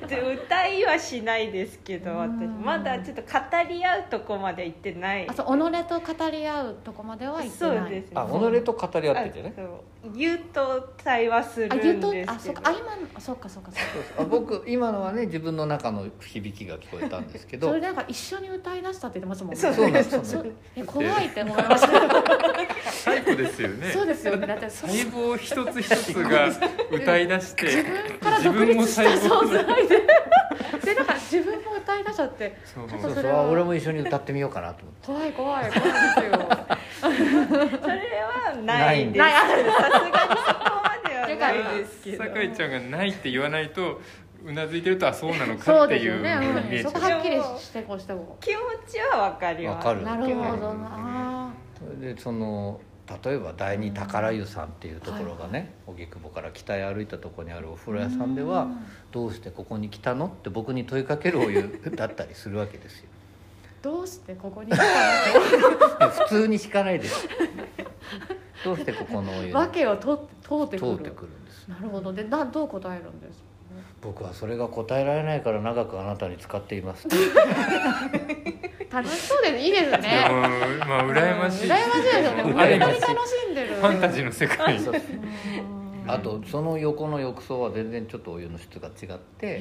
B: で歌いはしないですけど私
C: うん
B: まだちょっと語り合うとこまで行ってない
C: あそう己と語り合うとこまでは行ってない
B: そうですね
A: あ己と語り合ってんじゃね
B: あそう言うと対話する
C: あ
B: ん
C: 言うと
B: で
C: あ
B: す
C: そ
B: けど
C: っかあ今のあそうかそうかそうか
A: あ僕今のはね自分の中の響きが聞こえたんですけど
C: それなんか一緒に歌い出したって言ってますもんね
B: そう
A: そうなんですそうなんです
C: そうえ怖いって思いました
D: 最後ですよね
C: そうですよねだってそ
D: 細胞一つ一つが歌い出して
C: 自分から独立した存在ででなんか自分も歌い出しちゃって
D: そう
C: ちょっ
A: そう
C: と
A: そ
C: そうれは
A: あ俺も一緒に歌ってみようかなと思っ
C: 怖い怖い怖いですよ
B: それはないです
C: ない
B: さ
C: あ
B: すがにそこまではないですけど
D: 酒井ちゃんが「ない」って言わないとうなずいてるとあそうなのか
C: そう
D: って
C: です
D: いう
C: よ
D: ふう
C: ね、
D: に見
C: う
D: え
C: ん、
D: ちゃ
C: そうこはっきりしてこうしてこ
B: 気持ちはわかります
A: わかる
C: うなるほどなあ
A: てでその例えば第二宝湯さんっていうところが
C: はいは
A: ね荻窪から北へ歩いたところにあるお風呂屋さんではどうしてここに来たのって僕に問いかけるお湯だったりするわけですよ
C: どうしてここに来た
A: 普通に引かない ですどうしてここのお湯
C: の
A: に
C: 訳を通って
A: 通
C: 通
A: っ
C: ってて
A: く
C: くる
A: るんです
C: なるほどでなどう答えるんですか
A: 僕はそれが答えられないから長くあなたに使っています
C: 楽しそうでいいです
D: いや
C: ね
D: ーまあ羨ましい
C: 羨ましいですよね
A: うん
C: 本当に楽しんでる
D: ファンタジーの世界
A: そう
C: うん
A: あとその横の浴槽は全然ちょっとお湯の質が違って
C: へ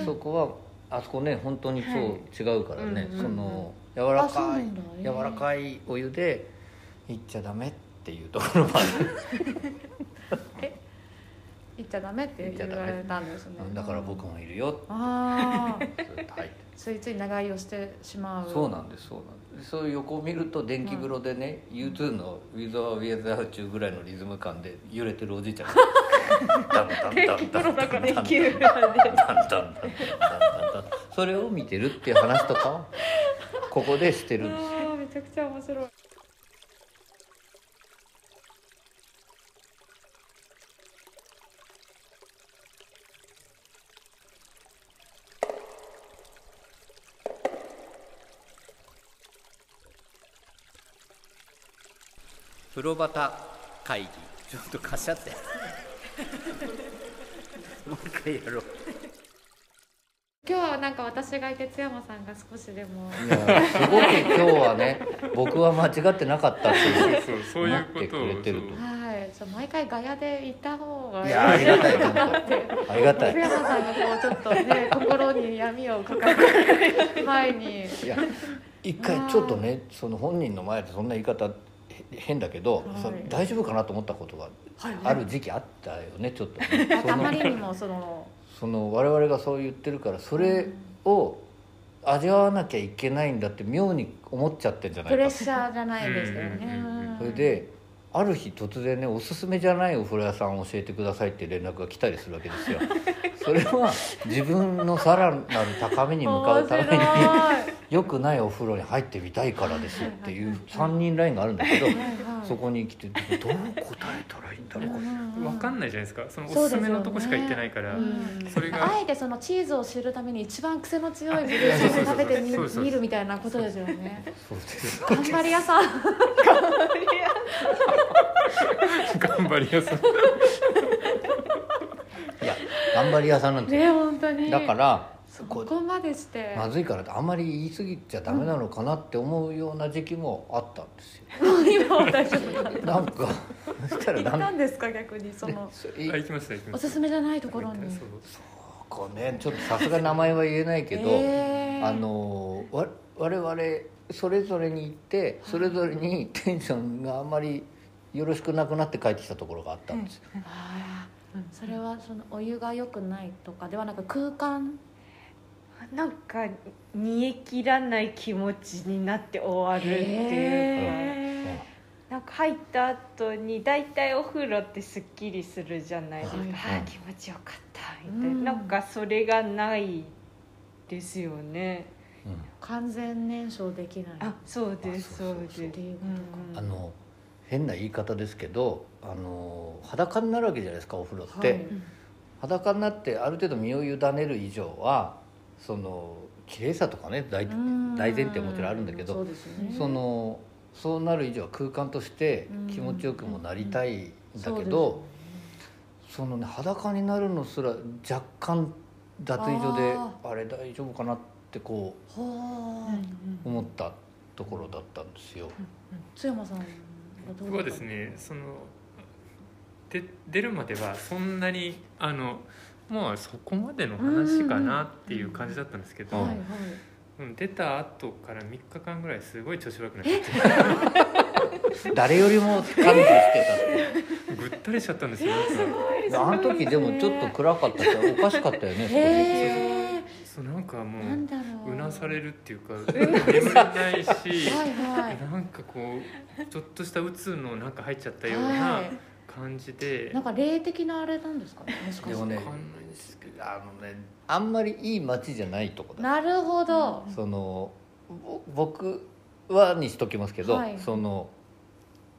C: え
A: そこはあそこね本当にそう違うからね、
B: うんうんうん
A: その柔ら
C: あそうな
A: かい
C: んだへ
A: 柔
C: ー
A: らかいお湯でいっちゃダメっていうところまで
C: 行っちゃダメって言われたんですね
A: だから僕もいるよ
C: ああ
A: ってずっと入って
C: ついつい長居をしてしまう
A: そうなんですそうなんですそういう横を見ると電気風呂でね、U2 の「With or Without You」ぐらいのリズム感で揺れてるおじいちゃんがダンダンダンダンダンダンダンダンダンダンダンダンそれを見てるっていう話とかをここでしてるんですよ
C: あーめちゃくちゃ面白い
A: 風呂端会議ちょっとかしゃってもう一回やろう
C: 今日はなんか私がいて津山さんが少しでも
A: いやすごく今日はね僕は間違ってなかったっていう
D: そうそうそういうことを
A: 待ってくれてると
D: そう
C: はいちょ毎回ガヤで行った方が
A: いやありがたい本当ありがたい
C: 津山さんがこうちょっと ね心に闇を抱えて前に
A: いや一回ちょっとねその本人の前でそんな言い方へ変だけど、
C: はい
A: その大丈夫かなと思ったことがある時期あったよねちょっとね、
C: あ
A: そ
C: まり
A: の
C: にもその
A: その我々がそう言ってるからそれを味わわなきゃいけないんだって妙に思っちゃってんじゃない
C: プレ
A: か
C: ッシャーじゃないですけどね
D: うんうんうんうん
A: それである日突然ねおすすめじゃないお風呂屋さんを教えてくださいって連絡が来たりするわけですよ それは自分のさらなる高みに向かうために
C: 面白い
A: 良くないお風呂に入ってみたいからですっていう3人ラインがあるんだけどそこに来てどう答えたらいいんだろうか
D: わかんないじゃないですかそのおすすめのとこしか行ってないから
C: そうですよねうん
D: それが
C: あえてそのチーズを知るために一番癖の強いブルーチーズを食べてみ
D: そうそうそう
C: 見るみたいなことですよね
A: そうです
C: 頑張り屋さん
D: 頑張り屋さん
A: いや頑張り屋さんなんですよ
C: ね本当に
A: だから
C: そ
A: こう
C: こまでして
A: まずいからってあんまり言い過ぎちゃダメなのかなって思うような時期もあったんですよ
C: もう今は大丈夫だ
A: なんかそしたら
C: 行
A: な
C: っ
A: ん
C: たんですか逆にその
A: そう
D: あ
A: い
D: 行きました行 き
C: お
D: ました
C: すすめじゃないところに
D: そう
A: こうねちょっとさすが名前は言えないけど、
C: えー
A: あのわ我々それぞれに行ってそれぞれにテンションがあんまりよろしくなくなって帰ってきたところがあったんですよ、
C: あーそれはそのお湯が良くないとかではなく空間
B: なんか煮え切らない気持ちになって終わるっていうか
C: へ
B: なんか入った後に大体お風呂ってすっきりするじゃないですか、
C: はい
B: ああ気持ちよかったみたいな、
C: うん
B: なんかそれがないですよね
A: うん
C: ー完全燃焼できない
B: あそうです
A: あそ
B: そう
A: うそう
B: で
A: そ
B: す
A: う
C: っていうこ
B: うん
A: あの変な言い方ですけどあの裸になるわけじゃないですかお風呂
C: とか
A: って、
C: はい
A: 裸になってある程度身を委ねる以上はその綺麗さとかね大
C: うん
A: 大前提もちろんあるんだけど
C: そうですよね
A: そのそうなる以上は空間として気持ちよくもなりたいんだけど、そのね裸になるのすら若干脱衣所で
C: あ
A: あれ大丈夫かなってこ
C: そうですよねほー
A: う思ったところだったんですよ。
C: 津山さんはどう
D: 僕はですねそので出るまではそんなにあのまあそこまでの話かなっていう感じだったんですけど、
C: はい
A: うん
C: はい
D: うん出た後から3日間ぐらいすごい調子悪くなっちゃって
A: 誰よりも感じしてたって
D: ぐったりしちゃったんですよ、なんか
A: あの時でもちょっと暗かったしおかしかったよねそこで
C: へえ
D: そうなんかも
C: なん
D: う
C: だろう
D: うなされるっていうか眠れないし
C: はい はい
D: なんかこうちょっとした鬱のなんか入っちゃったよう
C: は
D: ない感じで、
C: なんか霊的なあれなんですかねもしかして
A: でもね
D: わかんないですけど
A: あのねあんまりいい街じゃないとこだ
C: なるほど
A: そのぼ僕はにしときますけど、
C: はい
A: その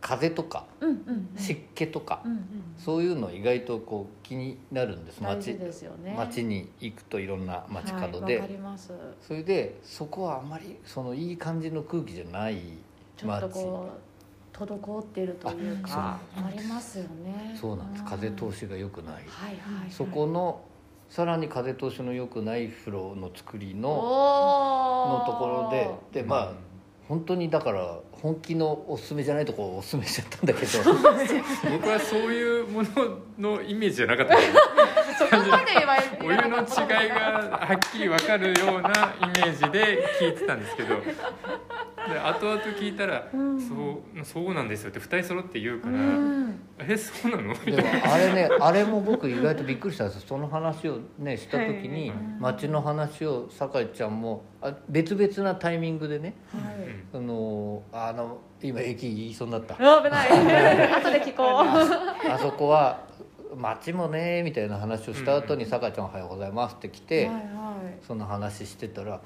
A: 風とか
C: うんうん
A: 湿気とか、
C: うんうん
A: そういうの意外とこう気になるんです
C: 大
A: 街
C: 事ですよね
A: 街に行くといろんな街角で、
C: はいわかります
A: それでそこはあんまりそのいい感じの空気じゃない
C: ちょっとこう滞っているというか
A: あ
C: ありますよね
A: そうなんです風通しが良くない、
C: はいはいはい
A: そこのさらに風通しの良くない風呂の作りの
C: の
A: のところででまあ、本当にだから本気のおすすめじゃないとこをおすすめしちゃったんだけど
D: 僕はそういうもののイメージじゃなかったです
C: そこまでは
D: お湯の違いがはっきり分かるようなイメージで聞いてたんですけどで後々聞いたら、
C: うん
D: そう「そうなんですよ」って2人揃って言う
C: う
D: から「
C: ん
D: えそうなの?」みたい
A: で
D: な
A: もあれ ねあれも僕意外とびっくりしたんですその話をねした時に、
D: はい
A: 街の話を酒井ちゃんもあ別々なタイミングでね
D: うん
A: あのあの今駅言いそうにな った
C: うわ 危ない後で聞こう
A: あそこは街もねみたいな話をした後に酒井ちゃん「おはようございます」って来て、
C: はいはい
A: その話してたら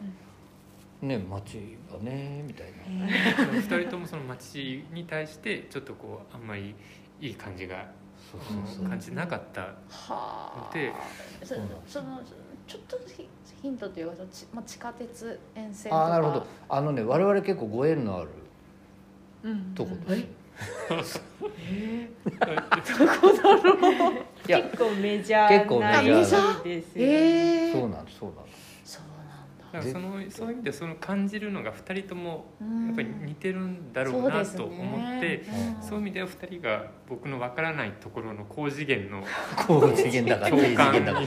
A: 「ね街がね」みたいな。
D: 2人ともその街に対してちょっとこうあんまりいい感じが
A: そうそうそう
D: 感じなかった
C: はあ
D: で
C: そそのちょっとヒヒントというかそのち、まあ、地下鉄沿線とか
A: あーなるほどあのね我々結構ご縁のある
C: うん
A: とこですよ、いや
B: 結構メジャーな
A: 結構メ
C: ジャー
B: ですよね
C: ええ
A: そう
C: ー、
A: なんですそうなんです
C: そう
D: だからそのそういう意味でその感じるのが2人とも
C: なんだ
D: やっぱり似てるんだろうなと思って。そういう意味では2人が僕のわからないところの高次元の
A: 高次元だから低
D: 共
A: 次
D: 感
A: 元だか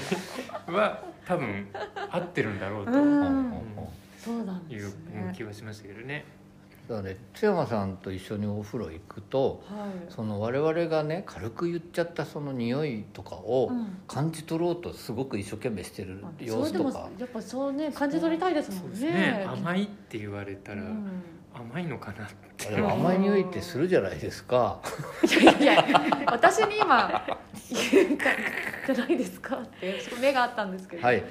A: ら
D: は多分合ってるんだろうと
C: うん
A: うんうんうんだ
C: そうなん
D: い
C: で
D: う
C: すね
D: 気はしましたけどね。
A: からね津山さんと一緒にお風呂行くと
C: はい
A: その我々がね軽く言っちゃったその匂いとかを
C: うん
A: 感じ取ろうとすごく一生懸命してる
C: あそ
A: 様
C: う
A: 子
C: で
A: と
C: も
A: か
C: やっぱそうね感じ取りたいです
D: そ
C: も
D: うんです
C: ね
D: ね。甘いって言われた
C: う
D: ら
C: ん
D: 甘いのかなっ
A: あ
D: て。
A: でも甘い匂いってするじゃないですか
C: いやいや私に今言うかじゃないですかってそこ目があったんですけど、
A: はいい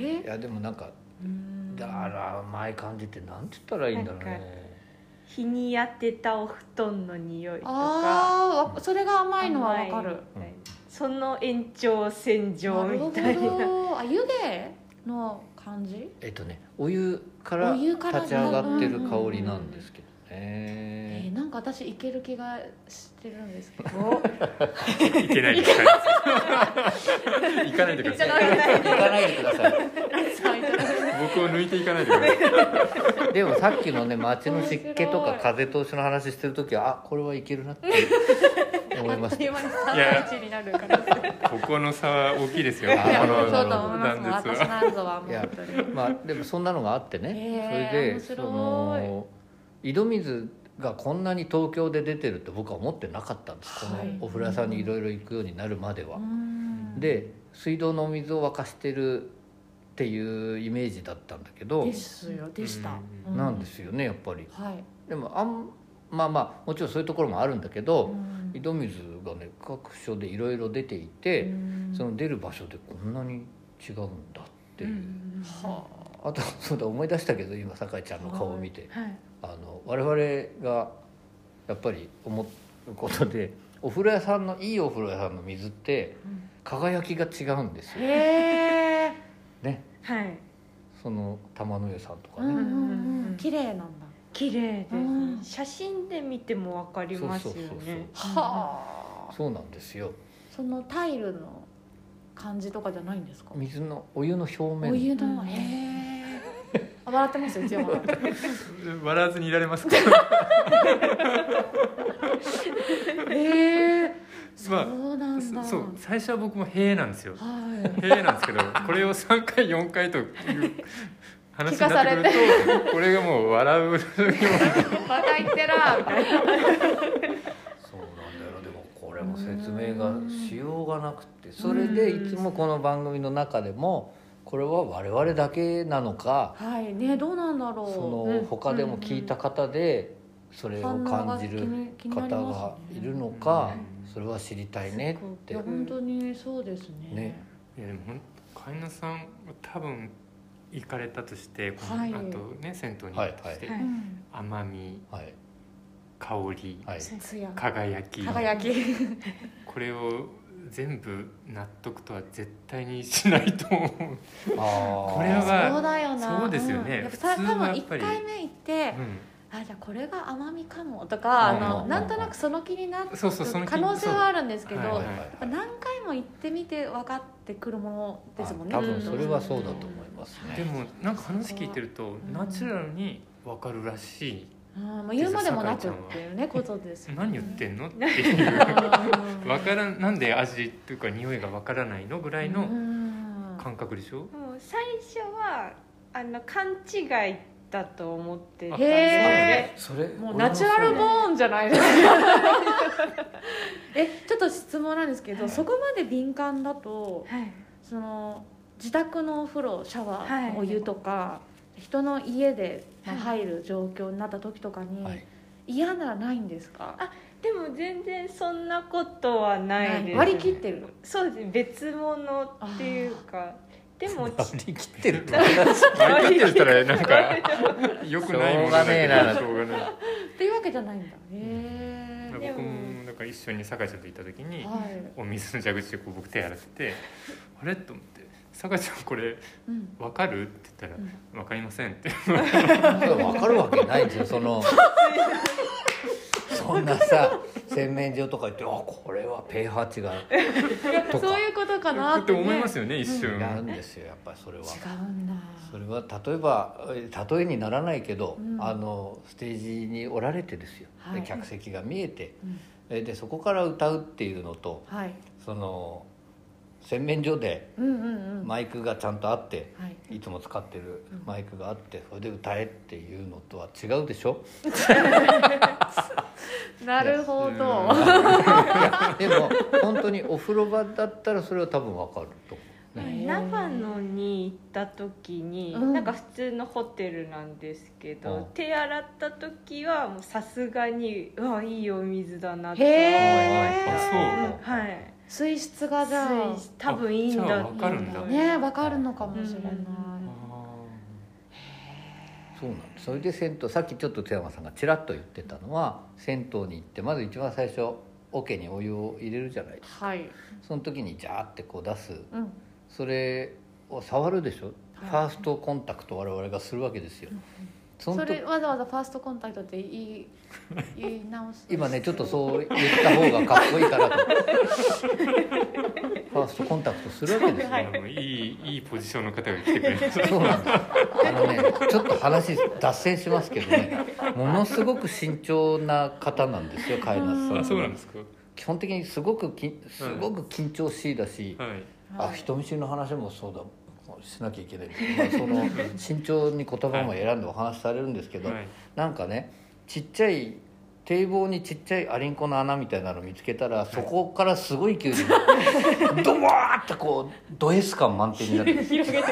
C: え
A: やでもなんか
C: ー、うん
A: だから甘い感じってなんて言ったらいいんだろう
B: なん
A: ね
B: 日に当てたお布団の匂いとか
C: ああそれが甘いのはわかる
B: 甘いその延長線上みたいな
C: るほどあ湯気の感じ
A: えっとねお湯から
C: お
A: 立
C: 湯から
A: ち上がってる香りなんですけどね
C: えー、なんか私いける気がしてるんですけど
D: いけないですから。行かないでください。
A: 行かないでください
C: さあいただきます
D: 僕を抜いていかないでくだ さい。
A: でもさっきのね街の湿気とか風通しの話してる時はあこれはいけるなって思い
C: あ
A: ま
C: っ
A: し
C: とい
A: た
C: う 間に3対1になるから
D: ここの差は大きいですよ。
A: いや
D: この
C: そうと思いますもん
D: 断
C: 私
D: 絶は。
C: なんぞはもう
A: いや
C: 本当に
A: まあでもそんなのがあってね、
C: へー
A: それで
C: 面白い
A: その井戸水がこんなに東京で出てるって僕は思ってなかったんです、
C: はい
A: このお風呂屋さんにいろいろ行くようになるまでは
C: う、ん
A: で水道のお水を沸かしてるっていうイメージだったんだけど
C: ですよでした、
D: う
A: なんですよねやっぱり
C: はい、
A: でもあんまあまあもちろんそういうところもあるんだけど、
C: うん
A: 井戸水がね各所でいろいろ出ていて、
C: うん
A: その出る場所でこんなに違うんだっていう、
C: は
A: あとそうだ思い出したけど今酒井ちゃんの顔を見て、
C: はい
A: あの我々がやっぱり思うことでお風呂屋さんのいいお風呂屋さんの水って
C: うん
A: 輝きが違うんですよ、
C: へえ、
A: ね
B: はい
A: その玉の湯さんとか
C: うん
A: ね、
C: うんうん、綺麗なんだ。
B: 綺麗です、
C: うん
B: ね、写真で見てもわかりますよ
A: そうそうそう
B: ね
C: はあ、
A: そうなんですよ
C: そのタイルの感じとかじゃないんですか。
A: 水のお湯の表面
C: お湯の、
B: うん
C: へえ。あ笑ってますよ、一応。
D: 笑わずにいられますか。
C: へ え。
D: ま
C: そ
D: あ
C: うなんだ。
D: そう最初は僕も「へえ」なんですよ。
C: はい。
D: へえなんですけどこれを3回4回という話になってくるとこれがもう笑う
C: バカ言ってらみたいな。
A: そうなんだよでもこれも説明がしようがなくてそれでいつもこの番組の中でもこれは我々だけなのか
C: はい、ね、どうなんだろ。
A: そうの他でも聞いた方でそれを感じる方がいるのかそれは知りたいねっ
C: い
A: て
C: や、本当にそうですね。
A: ね
D: いやでも本当カイナさんは多分行かれたとして、この
C: はい
D: あとね銭湯に行ったとして、
B: はいはい
C: うん。
D: 甘み
A: はい
D: 香り、
A: はい
C: つや。
D: 輝き
C: 輝き。
D: これを全部納得とは絶対にしないと思う、
A: あ
D: これは
C: そうだよな。
D: そうですよ
C: ん
D: ね
C: やっぱ
D: 普通
C: 多
D: はや
C: 分
D: っ
C: 一
D: ぱり
C: 回目行って、
D: う
C: あじゃあこれが甘みかもとか、あ
D: うんうんうん
C: の
D: うん
C: なんとなくその気になる
D: ん、そうそうその気
C: 可能性はあるんですけど、
D: はいはい
C: やっぱ何回も行ってみて分かっってくるものですもんね
A: 多分それはそうだと思いますね、
D: でもなんか話聞いてると
C: ん
D: ナチュラルにわかるらしい
C: うんまあ言うまでもなくっていうねことですよね
D: 何言ってんのっていうわからんなんで味というか匂いがわからないのぐらいの
C: うん
D: 感覚でし ょ
B: もう最初はあの勘違いだと思ってたん
C: へ
B: で
A: それ
C: もうナチュラルボーンじゃないですかえちょっと質問なんですけど、
A: はい
C: そこまで敏感だと
B: すよね。
C: その自宅のお風呂シャワ
B: はい
C: ーお湯とか、人の家でまあ
B: は
C: 入る状況になった時とかに、
A: はい
C: 嫌ならないんですか
B: あでも全然そんなことはないです。
C: 割り切ってる
B: そうです別物っていうかで も
A: 割り切ってると
D: 割り切ってたらなんかよくないもんだけど
A: し
D: しょうがない
C: っていうわけじゃないんだへ
B: でも
D: 僕もなんか一緒に酒井ちゃんと行った時
C: え
D: に
C: はい、
D: お水の蛇口でこう僕手洗っててあれと思って「酒井ちゃんこれ
C: うん、
D: わかる?」って言ったら
C: うん
D: 「わかりません」って
A: 分かるわけないんですよそ のそんなさ洗面所とか行ってあこれは pH 値がとか
C: そういうことかな
D: っ
C: って、
D: て
C: ね、
D: 思いますよね一瞬
A: なるんですよやっぱりそれは。
C: 違うんだ
A: それは例えばえー例えにならないけど、
C: うん
A: あのステージにおられてですよ、
C: はい
A: で客席が見えて
C: うん
A: えでそこから歌うっていうのと
C: はい
A: その洗面所で
C: うんうんうん、
A: マイクがちゃんとあって、
C: はい
A: いつも使ってる
C: うん
A: マイクがあってそれで歌えっていうのとは違うでしょ
C: なるほど、
D: うん
A: でも本当にお風呂場だったらそれは多分わかると思うね、
C: へー
B: 長野に行った時に、
C: うん
B: なんか普通のホテルなんですけど、
A: うん
B: 手洗った時はもうさすがにうわいいお水だなって
C: へー
D: あそう
B: うんはい
C: 水質がじゃあ
B: 水多分いいんだ
D: あじゃあわかるんだ
B: いい
C: ねわかるのかもしれない、
B: うん
A: そうなんですそれで銭湯さっきちょっと津山さんがちらっと言ってたのは銭湯に行ってまず一番最初桶にお湯を入れるじゃないですか
C: はい、
A: その時にジャーってこう出す
C: うん、
A: それを触るでしょ、
C: はい
A: ファーストコンタクト我々がするわけですよ、そ
C: そ
A: の時
C: れわざわざファーストコンタクトって言い言い直す
A: 今ねちょっとそう言った方がかっこいいからとファーストコンタクトするわけですよ、
D: あのいいいいポジションの方が来てくれました
A: そうなんですあのねちょっと話脱線しますけどねものすごく慎重な方なんですよ飼い主さん
D: あそうなんですか
A: 基本的にすごくきすごく緊張しいだし、
D: はい
A: あ人見知りの話もそうだしなきゃいけないんですけど、まあ、その慎重に言葉も選んでお話しされるんですけど、
D: はい
A: なんかねちっちゃい堤防にちっちゃいアリンコの穴みたいなの見つけたらそこからすごい急にドワーってこうド S 感満点になっても
C: 広げて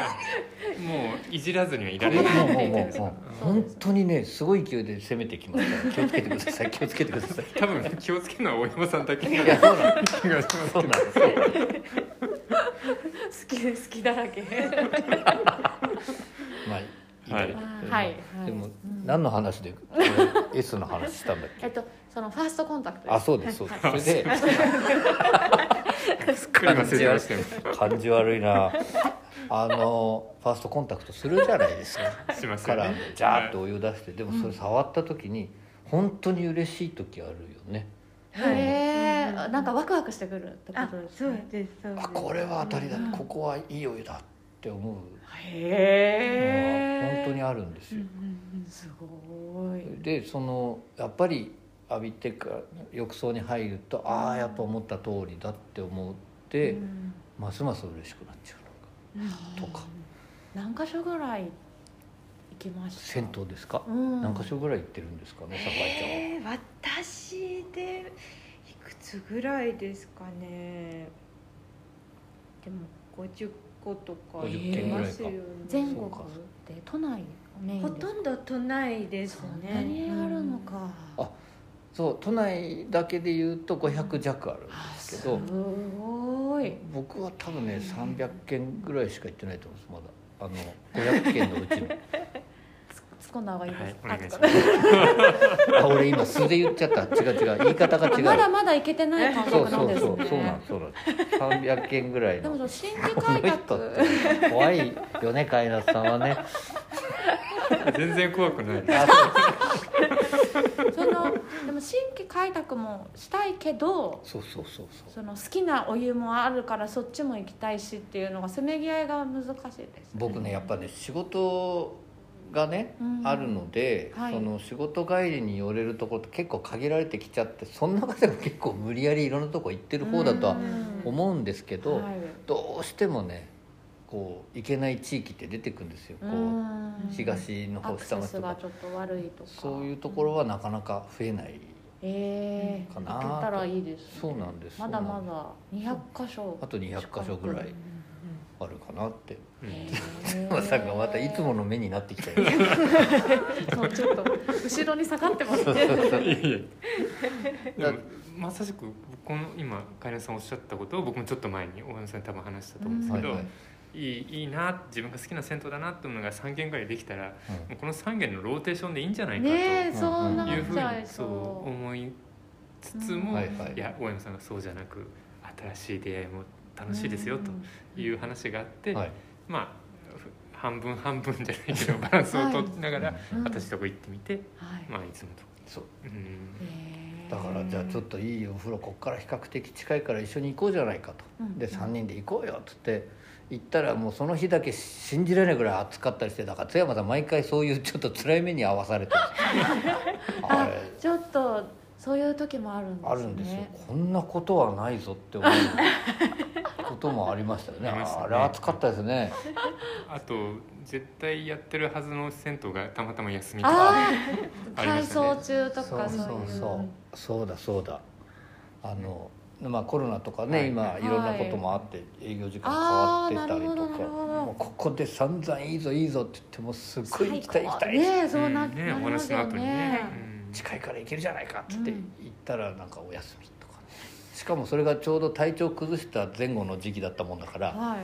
D: もういじらずにはいられ ないっ
A: うも
D: て
A: う
D: 言っ
A: もう
D: てるんですか
A: もう本当にねすごい勢いで攻めてきますから気をつけてください気をつけてください
D: 多分気をつけるのは大山さんだけ
A: いやそうなんです
D: 気がします
A: そうなんです
C: 好きで好きだらけ
A: まあいいだろう
C: はい
A: でも
C: うん
A: 何の話でこれ S の話したんだっ
C: え
A: け
C: っとそのファーストコンタクト
A: あ
C: です
A: そうですそうですそれで
D: すっかり忘れてましたよ
A: 感じ悪いなあのファーストコンタクトするじゃないですか
D: します
A: か
D: よ
A: ら
D: ね
A: ジャーってお湯出してでもそれ触った時に本当に嬉しい時あるよね
C: へえ、
B: うん
C: なんかワクワクしてくるってこ
B: あ
C: とです
B: そう
C: ね
B: ですそうです
A: あこれは当たりだ
C: うん
A: ここはいいお湯だって思うのは
C: へえ
A: 本当にあるんですよ
C: すごい
A: でそのやっぱり浴びてから浴槽に入るとああやっぱ思った通りだって思って
C: うん
A: ますます嬉しくなっちゃうのかとか
C: 何箇所ぐらい行きました
A: 銭湯ですか、
C: うん
A: 何箇所ぐらい行ってるんですかね酒井
B: えー私でいくつぐらいですかねでも50個とか
A: 50
B: い
C: 件ぐ
B: ま
A: らい
B: す
A: か
B: よね
C: 全
A: そう
C: 国
A: か
C: で都内メイン
B: ほ
C: です
B: とんど都内です
C: そんな
B: ね
C: にあるのか
A: あちゃんはそう都内だけで言うと500弱あるんで
C: あ
A: す
C: す
A: けど
C: ごい
A: 僕は多分ね300件ぐらいしか行ってないと思うんですまだあの500件のうちの
C: つこんだ方がいい
D: は
C: で
D: い
C: すか、
D: お願い
C: あ
D: し
C: つこ
D: ます
A: あ俺今素で言っちゃった違う違う言い方が違う
C: まだまだ行けてない感
A: そう
C: 覚な
A: そ
C: ん
A: う
C: です
A: そう
C: ね
A: そうなんですそうなんです300件ぐらい
C: でも
A: の
C: その新
A: こ
C: 規
A: の 人って
C: 開拓
A: 怖いよね飼い主さんはね
D: 全然怖くない
A: あそう
C: そのでも新規開拓もしたいけど
A: そうそうそうそう
C: その好きなお湯もあるからそっちも行きたいしっていうのがせめぎ合いが難しいです、
A: 僕ねやっぱね仕事がね、
C: うん
A: あるので、
C: はい
A: その仕事帰りに寄れるところって結構限られてきちゃってその中でも結構無理やりいろんなとこ行ってる方だとは
C: うん
A: 思うんですけど、
C: はい
A: どうしてもねこう行けない地域って出てくんですよ、
C: う
A: こ
C: ん
A: う東の
C: ア
A: 方
C: ク
A: 下
C: セ
A: 町
C: ス
A: と
C: が
A: か
C: ちょっと悪いとか
A: そういうところはなかなか増えない
C: ええ
A: かなと
C: 行けたらいいです
A: そうなんです
C: まだ
A: そうな
C: ま
A: んです
C: だ200箇所
A: あと200箇所ぐらいあるかなって
D: うん
A: 山田さんがまたいつもの目になってきたよね
C: そうちょっと後ろに下がって ます
A: そう
C: ね
A: そうそう
D: いやいや
A: だ
D: でもまさしくこの今飼い主さんおっしゃったことを僕もちょっと前に大山さんに多分話したと思うんです
A: は
D: け
A: い
D: ど、
A: はい、
D: いいいいな自分が好きな銭湯だなって思うのが3軒ぐらいできたらもうこの3軒のローテーションでいいんじゃないかと
C: ねえ
D: い
C: そうなっ
D: うふう
C: ちゃ
D: に
C: い
D: そ
C: そう
D: う思いつつ
A: うん
D: も、
A: はい
D: い
A: はい
D: や大山さんがそうじゃなく新しい出会いも楽しいですよという話があって、
A: はい
D: まあふ半分半分じゃない けどバランスを取りながら、
C: うん
D: 私とこ行ってみて、
C: はい
D: まあいつもとこ。
A: そう
D: うん
C: へえ
A: だからじゃあちょっといいお風呂こっから比較的近いから一緒に行こうじゃないかと、
C: うん
A: で3人で行こうよっつって行ったらもうその日だけ信じられないぐらい暑かったりしてだから津山さん毎回そういうちょっと辛い目に遭わされ てるあ
C: あ
A: れ
C: ちょっとそういう時もあるんですね
A: あるんですよこんなことはないぞって思うこともありましたよね
D: ありましたね
A: あれ暑かったですね
D: あと絶対やってるはずの銭湯がたまたま休みとか
C: ああ
D: ありま
C: 改
D: したね
C: 装中と
A: そう
C: か
A: そう
C: そういう
A: そうそうだそうだあのまあコロナとかね、
D: はい
A: 今いろんなこともあって営業時間変わってたり
C: あーなる
A: と
C: ほどな
A: か
C: るほど
A: もうここで散々いいぞいいぞって言ってもうすっごい行きたい行きたい、
C: ねえそうな
D: うん
C: な
D: ね
C: り
D: お
C: ます
D: 話
C: よ
D: の後にね
C: ね、
D: うん
A: 近いから行けるじゃないかっつって
C: う
A: 行
C: ん
A: ったらなんかお休みとか、ねしかもそれがちょうど体調崩した前後の時期だったもんだから
C: は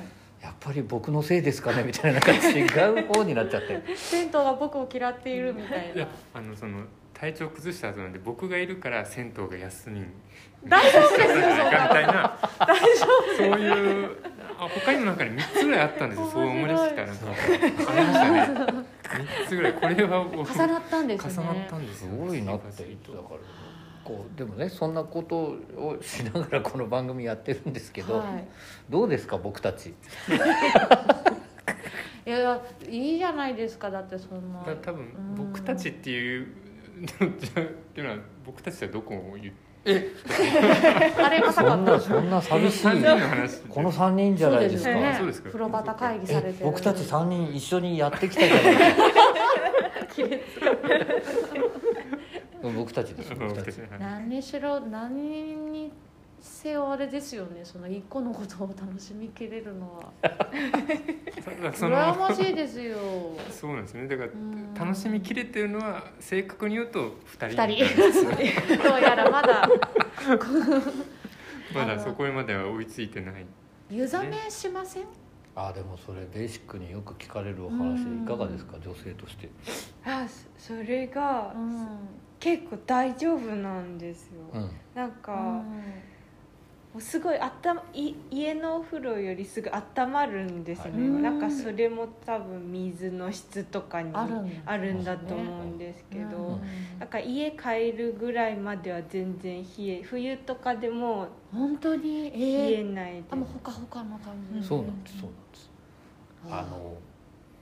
C: い
A: やっぱり僕のせいですかねみたいななんか違う方になっちゃって
C: 銭湯が僕を嫌っているみたい
D: い
C: な
D: やあのその体調崩した後なんで僕がいるから銭湯が休みに
C: 大丈夫ですよそん
D: み
C: な
D: たいなそういうあ他にもなんかね3つぐらいあったんですよそう思い出してきたらなんかありましたね3つぐらいこれは僕
C: 重なったんですね
D: 重なったんです
A: す
D: よ
A: ごいなってだからこうでもねそんなことをしながらこの番組やってるんですけど、
C: はい
A: どうですか僕たち
C: いやいやいいじゃないですかだってそんな
D: だ多分僕たちっていう じゃっていうのは僕たちはどこを言って
C: あれまさ
A: そ
C: か
A: ん
C: った
A: なそんな寂しい
D: 3人の話
A: この3人じゃないですか
C: そうですよ
D: そうで
C: ね
D: すか
C: 風呂旗会議され
A: え
C: てる
A: 僕たち3人一緒にやってきたじゃないですか 僕たちです
D: 僕
A: 僕た
D: たち
A: ち
D: の話
C: 何にしろ何にせよあれですよねその一個のことを楽しみきれるのは
D: ただそ
C: 羨
D: の
C: ましいで すよ
D: そうなんですねだか
C: うん
D: ら楽しみきれてるのは正確に言うと2人
C: 二 人どうやらまだ
D: まだそこまでは追いつい てない
C: 湯冷めしません
A: あでもそれベーシックによく聞かれるお話でいかがですか女性として
B: あそそれが、
C: うん
B: 結構大丈夫なんですよ、
A: うん
B: なん
C: う
B: か、も
C: ん
B: うすごいあったい家のお風呂よりすぐ温まるんですね、
A: はい
B: なんかそれも多分水の質とかに
C: あるんだ
B: あるんだと思うんですけど、
A: うん
B: なんか家帰るぐらいまでは全然冷え冬とかでも
C: 本当に
B: 冷
C: え
B: え
C: え
B: ないで
C: あもうほかほかの感じ
A: そうなんですそうなんです
C: あ
A: あの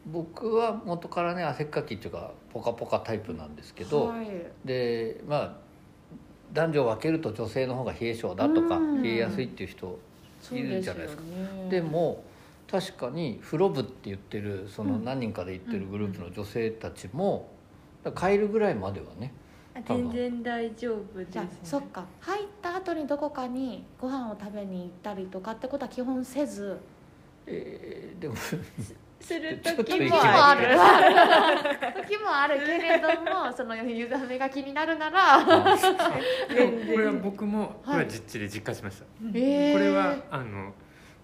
A: 僕は元からね汗っかきっていうかポカポカタイプなんですけど、
C: はい
A: でまあ男女を分けると女性の方が冷え性だとか
C: うん
A: 冷えやすいっていう人
C: そう
A: いる
C: で
A: ん
C: す
A: じゃな
C: よ
A: いですか
C: ね
A: でも確かに風呂部って言ってるその
C: うん
A: 何人かで言ってるグループの女性たちも帰るぐらいまではね多分
B: 全然大丈夫です、
C: じゃあ
B: ね、
C: そっか入った後にどこかにご飯を食べに行ったりとかってことは基本せず
A: えーでも
B: する
A: ちょっと
B: 時
A: 息
B: も
A: が
B: ある
C: 時もあるけれどもその湯冷めが気になるなら
A: あ
D: でもこれは僕もこれは実地で実感しました、
C: え
D: これはあの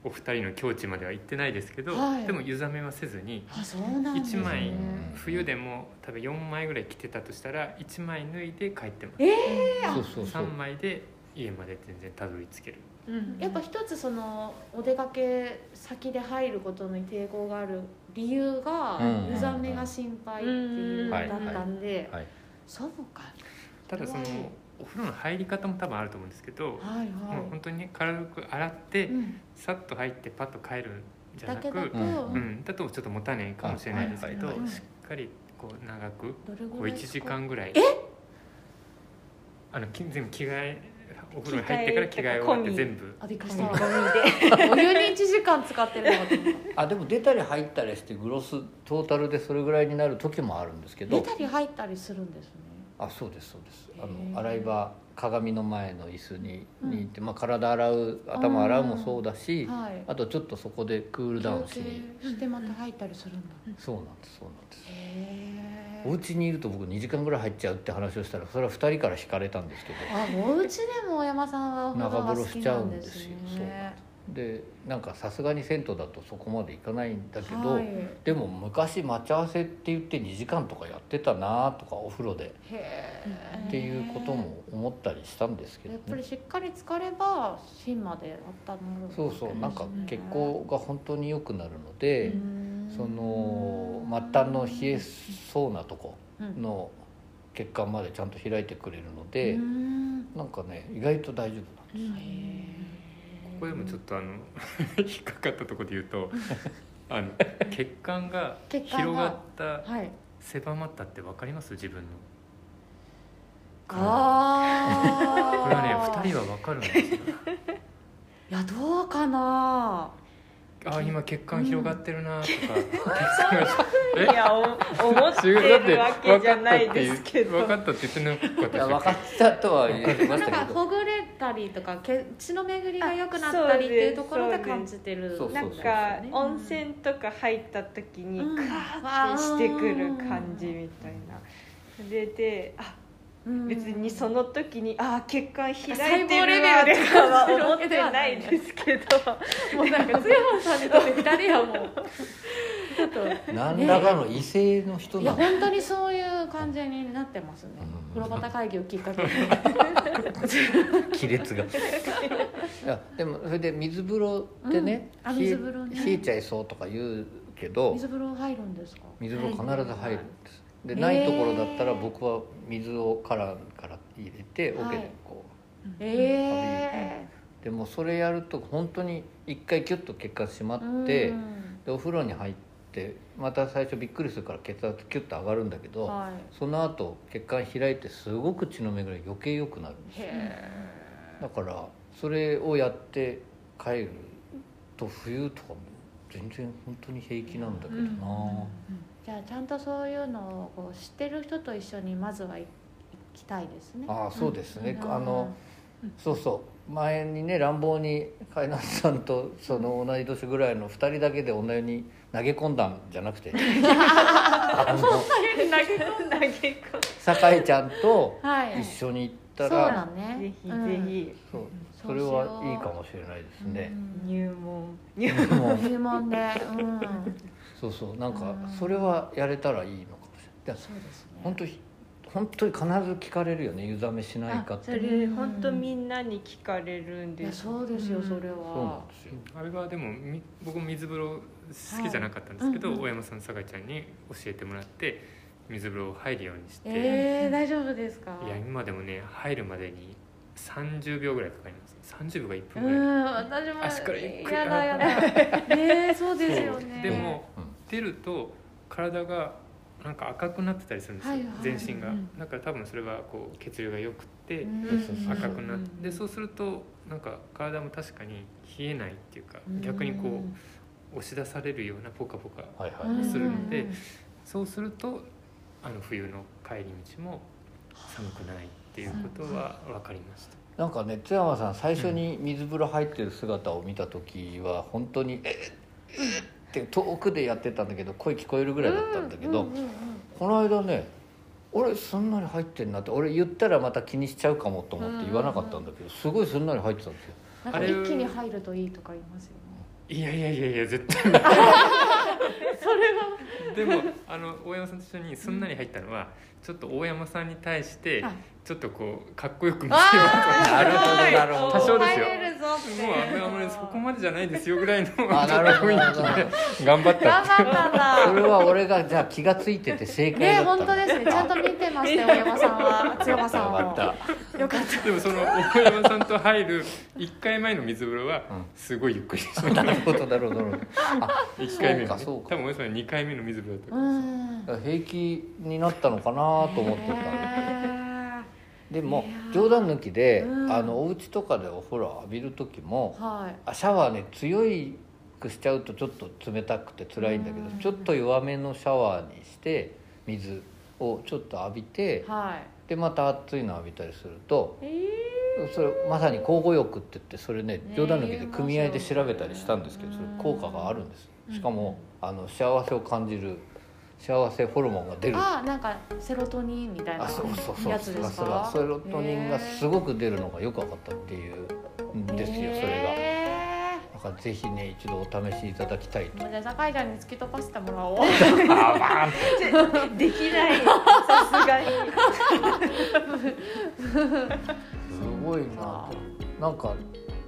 D: お二人の境地までは行ってないですけど、
C: はい
D: でも湯冷めはせずに
C: あそうなんです
D: 一枚
C: ね
D: 冬でも多分4枚ぐらい着てたとしたら1枚脱いで帰ってます
A: そうそうそう
D: 3枚で家まで全然たどり着ける
B: うん
C: やっぱ一つそのお出かけ先で入ることに抵抗がある理由が
A: うん
C: 湯冷めが心配っていううんだったんで
A: はい
C: そうか
D: ただそのお風呂の入り方も多分あると思うんですけど、
C: はい
D: もう
C: は
D: 本当にね軽く洗って、
C: い、うん、
D: さっと入ってパッと帰るんじゃ
C: だ
D: な
C: け
D: く
C: だと、
A: う
D: うんだとちょっともったいないかもしれないですけど、
A: はい
C: はいはい
D: しっかりこう長く
C: どれ
D: こう
C: ぐらい
D: 1時間ぐらいあのき全部着替えお風呂に入ってから着替え終わって全部
C: あびっくりし
B: ゴミ
C: た
B: で
C: お湯に1時間使ってるのかと 思っ
A: あでも出たり入ったりしてグロストータルでそれぐらいになる時もあるんですけ
C: た出
A: ど
C: たり入ったりするんですね
A: あそうですそうですあ
C: へー
A: の洗い場鏡の前の椅子に
C: うん
A: に行って、まあ、体洗う頭洗うもそうだしあ
C: はい
A: とちょっとそこでクールダウンし
C: 休
A: に
C: 憩してまた入ったりするんだ
A: そうなんですそうなんです
C: へ
A: お
C: え
A: 家にいると僕2時間ぐらい入っちゃうって話をしたらそれは2人から引かれたんですけど
C: あお家でも大山さんはお風呂が好きなんで
A: 長風呂
C: す
A: しちゃうんですよそうな
C: ね
A: んでなんかさすがに銭湯だとそこまで行かないんだけど、
C: はい
A: でも昔待ち合わせって言って2時間とかやってたなとかお風呂で
C: へえ
A: っていうことも思ったりしたんですけ
C: やっ
A: ど、
C: ぱり
A: ね、
C: しっかり浸かれば芯まで温まる
A: そうそうなんか血行が本当に良くなるので、その末
C: た
A: 端の冷えそうなとこ
C: の
A: の血管までちゃんと開いてくれるので、なんかね意外と大丈夫なんです、
D: ここでもちょっとあの 引っかかったところで言 うとあの血管が
C: 血管が
D: 広がった
C: はい
D: 狭まったってわかります自分の
C: あー
D: これはね2人はわ かるんですよ
C: いやどうかな
D: あー今血管広がってるなとか、
B: いやお 思ってる わけじゃないですけど
D: 分かったって言ってなかったっ
A: い
D: け
A: や分かったとは言ってまし
C: なん
A: た
C: か
A: けど
C: ほぐれたりとか血血の巡りが良くなったりっていうところで感じてる
A: そうです
B: な
A: そ
B: ん
A: うです
B: か温泉とか入った時に
C: うん
B: カーってしてくる感じみたいなそれであ別にその時にあー血管開いてるわとかは思ってないですけど
C: もうなんか津山さんにとって2人はもうちょっと
A: 何らかの異性の人
C: い
A: な
C: や
A: んだ
C: 本当にそういう感じになってますね
A: うん
C: 風呂旗会議をきっかけに
A: 亀裂がいやでもそれで水風呂ってね,、
C: うんあ
A: 冷え
C: 水風呂ね
A: 冷えちゃいそうとか言うけど
C: 水風呂入るんですか
A: 水風呂必ず入るんです、で
C: へー
A: ないところだったら僕は水をカランから入れて
C: はい
A: 桶でこ
C: ええ
A: う、でもそれやると本当に一回キュッと血管締ま
C: うん
A: って、でお風呂に入ってまた最初びっくりするから血圧キュッと上がるんだけど、
C: はい
A: その後血管開いてすごく血の巡りが余計良くなるんです
C: へえ
A: だからそれをやって帰ると冬とかも全然本当に平気なんだけどな、
C: じゃあちゃんとそういうのをこう知ってる人と一緒にまずはい行きたいですね
A: ああそうですね、
C: うん
A: あのそうそう前にね乱暴に海南さんとその同い年ぐらいの2人だけで女湯に投げ込んだんじゃなく てあの
B: 投げ込んだ結構
A: 酒井ちゃんと
C: はい
A: 一緒に行った
C: そう
A: ら、
C: だね
B: ぜひ
C: うん
B: ぜひ
A: そう
C: そう
A: それはいいかもしれないですね、
C: うん
B: 入門入
A: でも
C: 入門でうん
A: そうそうなんか
C: うん
A: それはやれたらいいのかもしれないで
C: そうですね
A: 本当に本当に必ず聞かれるよね湯冷めしないかっ
B: そ
A: て
B: れ本当みんなに聞かれるん
C: いや
B: です
C: そうですよ
B: うん
C: それ
A: そうな
C: は
A: んですよ
D: あれはでもみ僕も水風呂好きじゃなかったんですけど、
C: はいうんうん
D: 大山さん酒井ちゃんに教えてもらって水風呂入るようにして、
C: えー大丈夫ですか
D: いや今でもね入るまでに30秒ぐらいかかります30秒が1
C: う
D: 分ぐらい、
C: ん私も
D: 足からゆっくり
C: やだや だねえそうですよね
D: でも
A: うん
D: 出ると体がなんか赤くなってたりするんですよ、
C: はいはい
D: 全身が、
B: うん
D: だから多分それはこう血流が良くて
C: うん
D: 赤くなって、
B: うん
D: でそうするとなんか体も確かに冷えないっていうか、
C: うん
D: 逆にこう押し出されるようなポカポカ
A: はいはい、
C: うん
D: するので
C: うん
D: そうするとあの冬の帰り道も寒くないっていうことは分かりました。
A: なんかね津山さん最初に水風呂入ってる姿を見た時は本当に「えっ!」って遠くでやってたんだけど声聞こえるぐらいだったんだけど、
C: うんうんうん
A: この間ね俺すんなり入ってんなって俺言ったらまた気にしちゃうかもと思って言わなかったんだけどすごいすんなり入ってたんですよ
C: なんか一気に入るといいとか言いますよね
D: いやいやいやいや絶対
C: それは
D: でもあの大山さんと一緒にすんなり入ったのは、ちょっと大山さんに対して
C: はい
D: ちょっとこうかっこよく見せよう
A: なるほどなるほ
D: 多少
A: ど
D: ですよ
C: 入れるぞ
D: と
C: って
D: もうあんまりあんまりそこまでじゃないですよぐらいのちょっと
A: あ なるほど
D: 雰囲気で頑張った
C: 頑張ったんだ
A: それは俺がじゃあ気がついてて正解
C: ね
A: だった
C: 本当ですねちゃんと見てましたよ大山さんは津山さんを
A: よか
C: よかった
D: でもその大山さんと入る1回前の水風呂は
A: うん
D: すごいゆっくりでした
A: なるほどなるほどなる
D: 1回目はね
A: そう
D: 多
A: か
D: 分おやさん2回目の水風呂だった
C: う
D: から
C: ん
A: ほど平気になったのかなと思ってた
C: へ
A: でも
C: いやー
A: 冗談抜きで、
C: うん
A: あのお家とかでお風呂浴びる時も
C: ーはい
A: あシャワーね強いくしちゃうとちょっと冷たくて辛いんだけど、
C: うん
A: ちょっと弱めのシャワーにして水をちょっと浴びて
C: はい
A: でまた熱いの浴びたりすると
C: え
A: それまさに交互浴って言ってそれね
C: ね
A: 冗談抜き
C: 言
A: で
C: いますよ
A: 組合で調べたりしたんですけどそれ
C: うん
A: 効果があるんです
C: うん
A: しかもあの幸せを感じる幸せホルモンが出
C: ー、
A: る
C: あーなんかセロトニンみたいな
A: あそうそうそう
C: やつです
A: それは
C: か
A: セロトニンがすごく出るのがよく分かったっていうんですよそれ
C: れ
A: がだからぜひね一度お試しいただきたいと
C: もうじゃあ酒井ちゃんに突き飛ばしてもらおう
D: あバーンって
B: できないさすがに
A: すごいななんか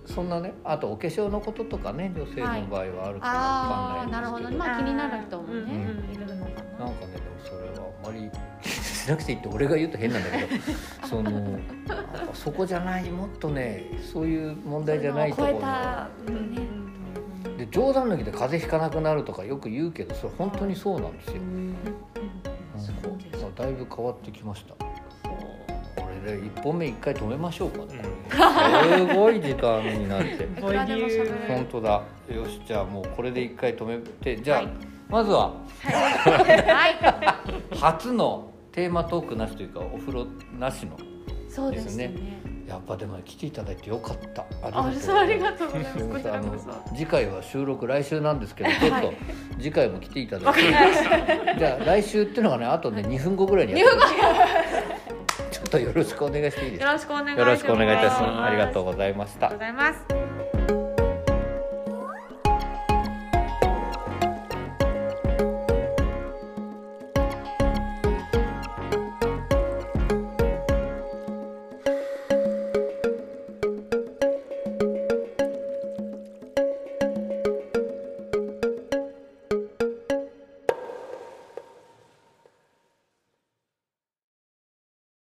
A: そんなねあとお化粧のこととかね女性の場合はあるから
C: あ
A: わか
C: あ
A: んな
C: ない
A: ん
C: るほ
A: です
C: ど
A: けど
C: まあ気になる人もね、
A: うん
C: いるのかな
A: なんかねでもそれはあまりしなくていいって俺が言うと変なんだけど そのなんかそこじゃないもっとねそういう問題じゃないと
C: そう
A: こ
C: いう
A: ろ
C: のを超えた
B: う
C: ね、
A: ので冗談抜きで風邪ひかなくなるとかよく言うけどそれ本当にそうなんですよ、
C: そうです
A: だいぶ変わってきました
C: そう
A: これで1本目1回止めましょうか
D: う
A: ね、
D: ん
A: すごい時間になって
C: いくらでも喋れ
A: 本
C: る
A: 当だよしじゃあもうこれで1回止めてじゃあ、
C: はい
A: まずは
C: はい
A: 初のテーマトークなしというかお風呂なしの
C: そうですね
A: ですやっぱでも来ていただいてよかった。
C: あそうあり
A: と
C: がとうございます
A: う
C: こ
A: ご
C: ち
A: ざい
C: らこ
A: ます。
C: そ
A: あの次回は収録来週なんですけど、ちょっ
C: は
A: と
C: い
A: 次回も来ていただいて、じゃあ来週っていうのがね、あとね2分後ぐらいにやってるちょっとよろしくお願いしていいです
C: よ
A: か。
C: ろしくお願いします
A: よろしくお願いいたします。
C: あ
A: あ
C: り
A: り
C: が
A: が
C: と
A: と
C: う
A: うございまし
C: ご
A: た。
C: ざいます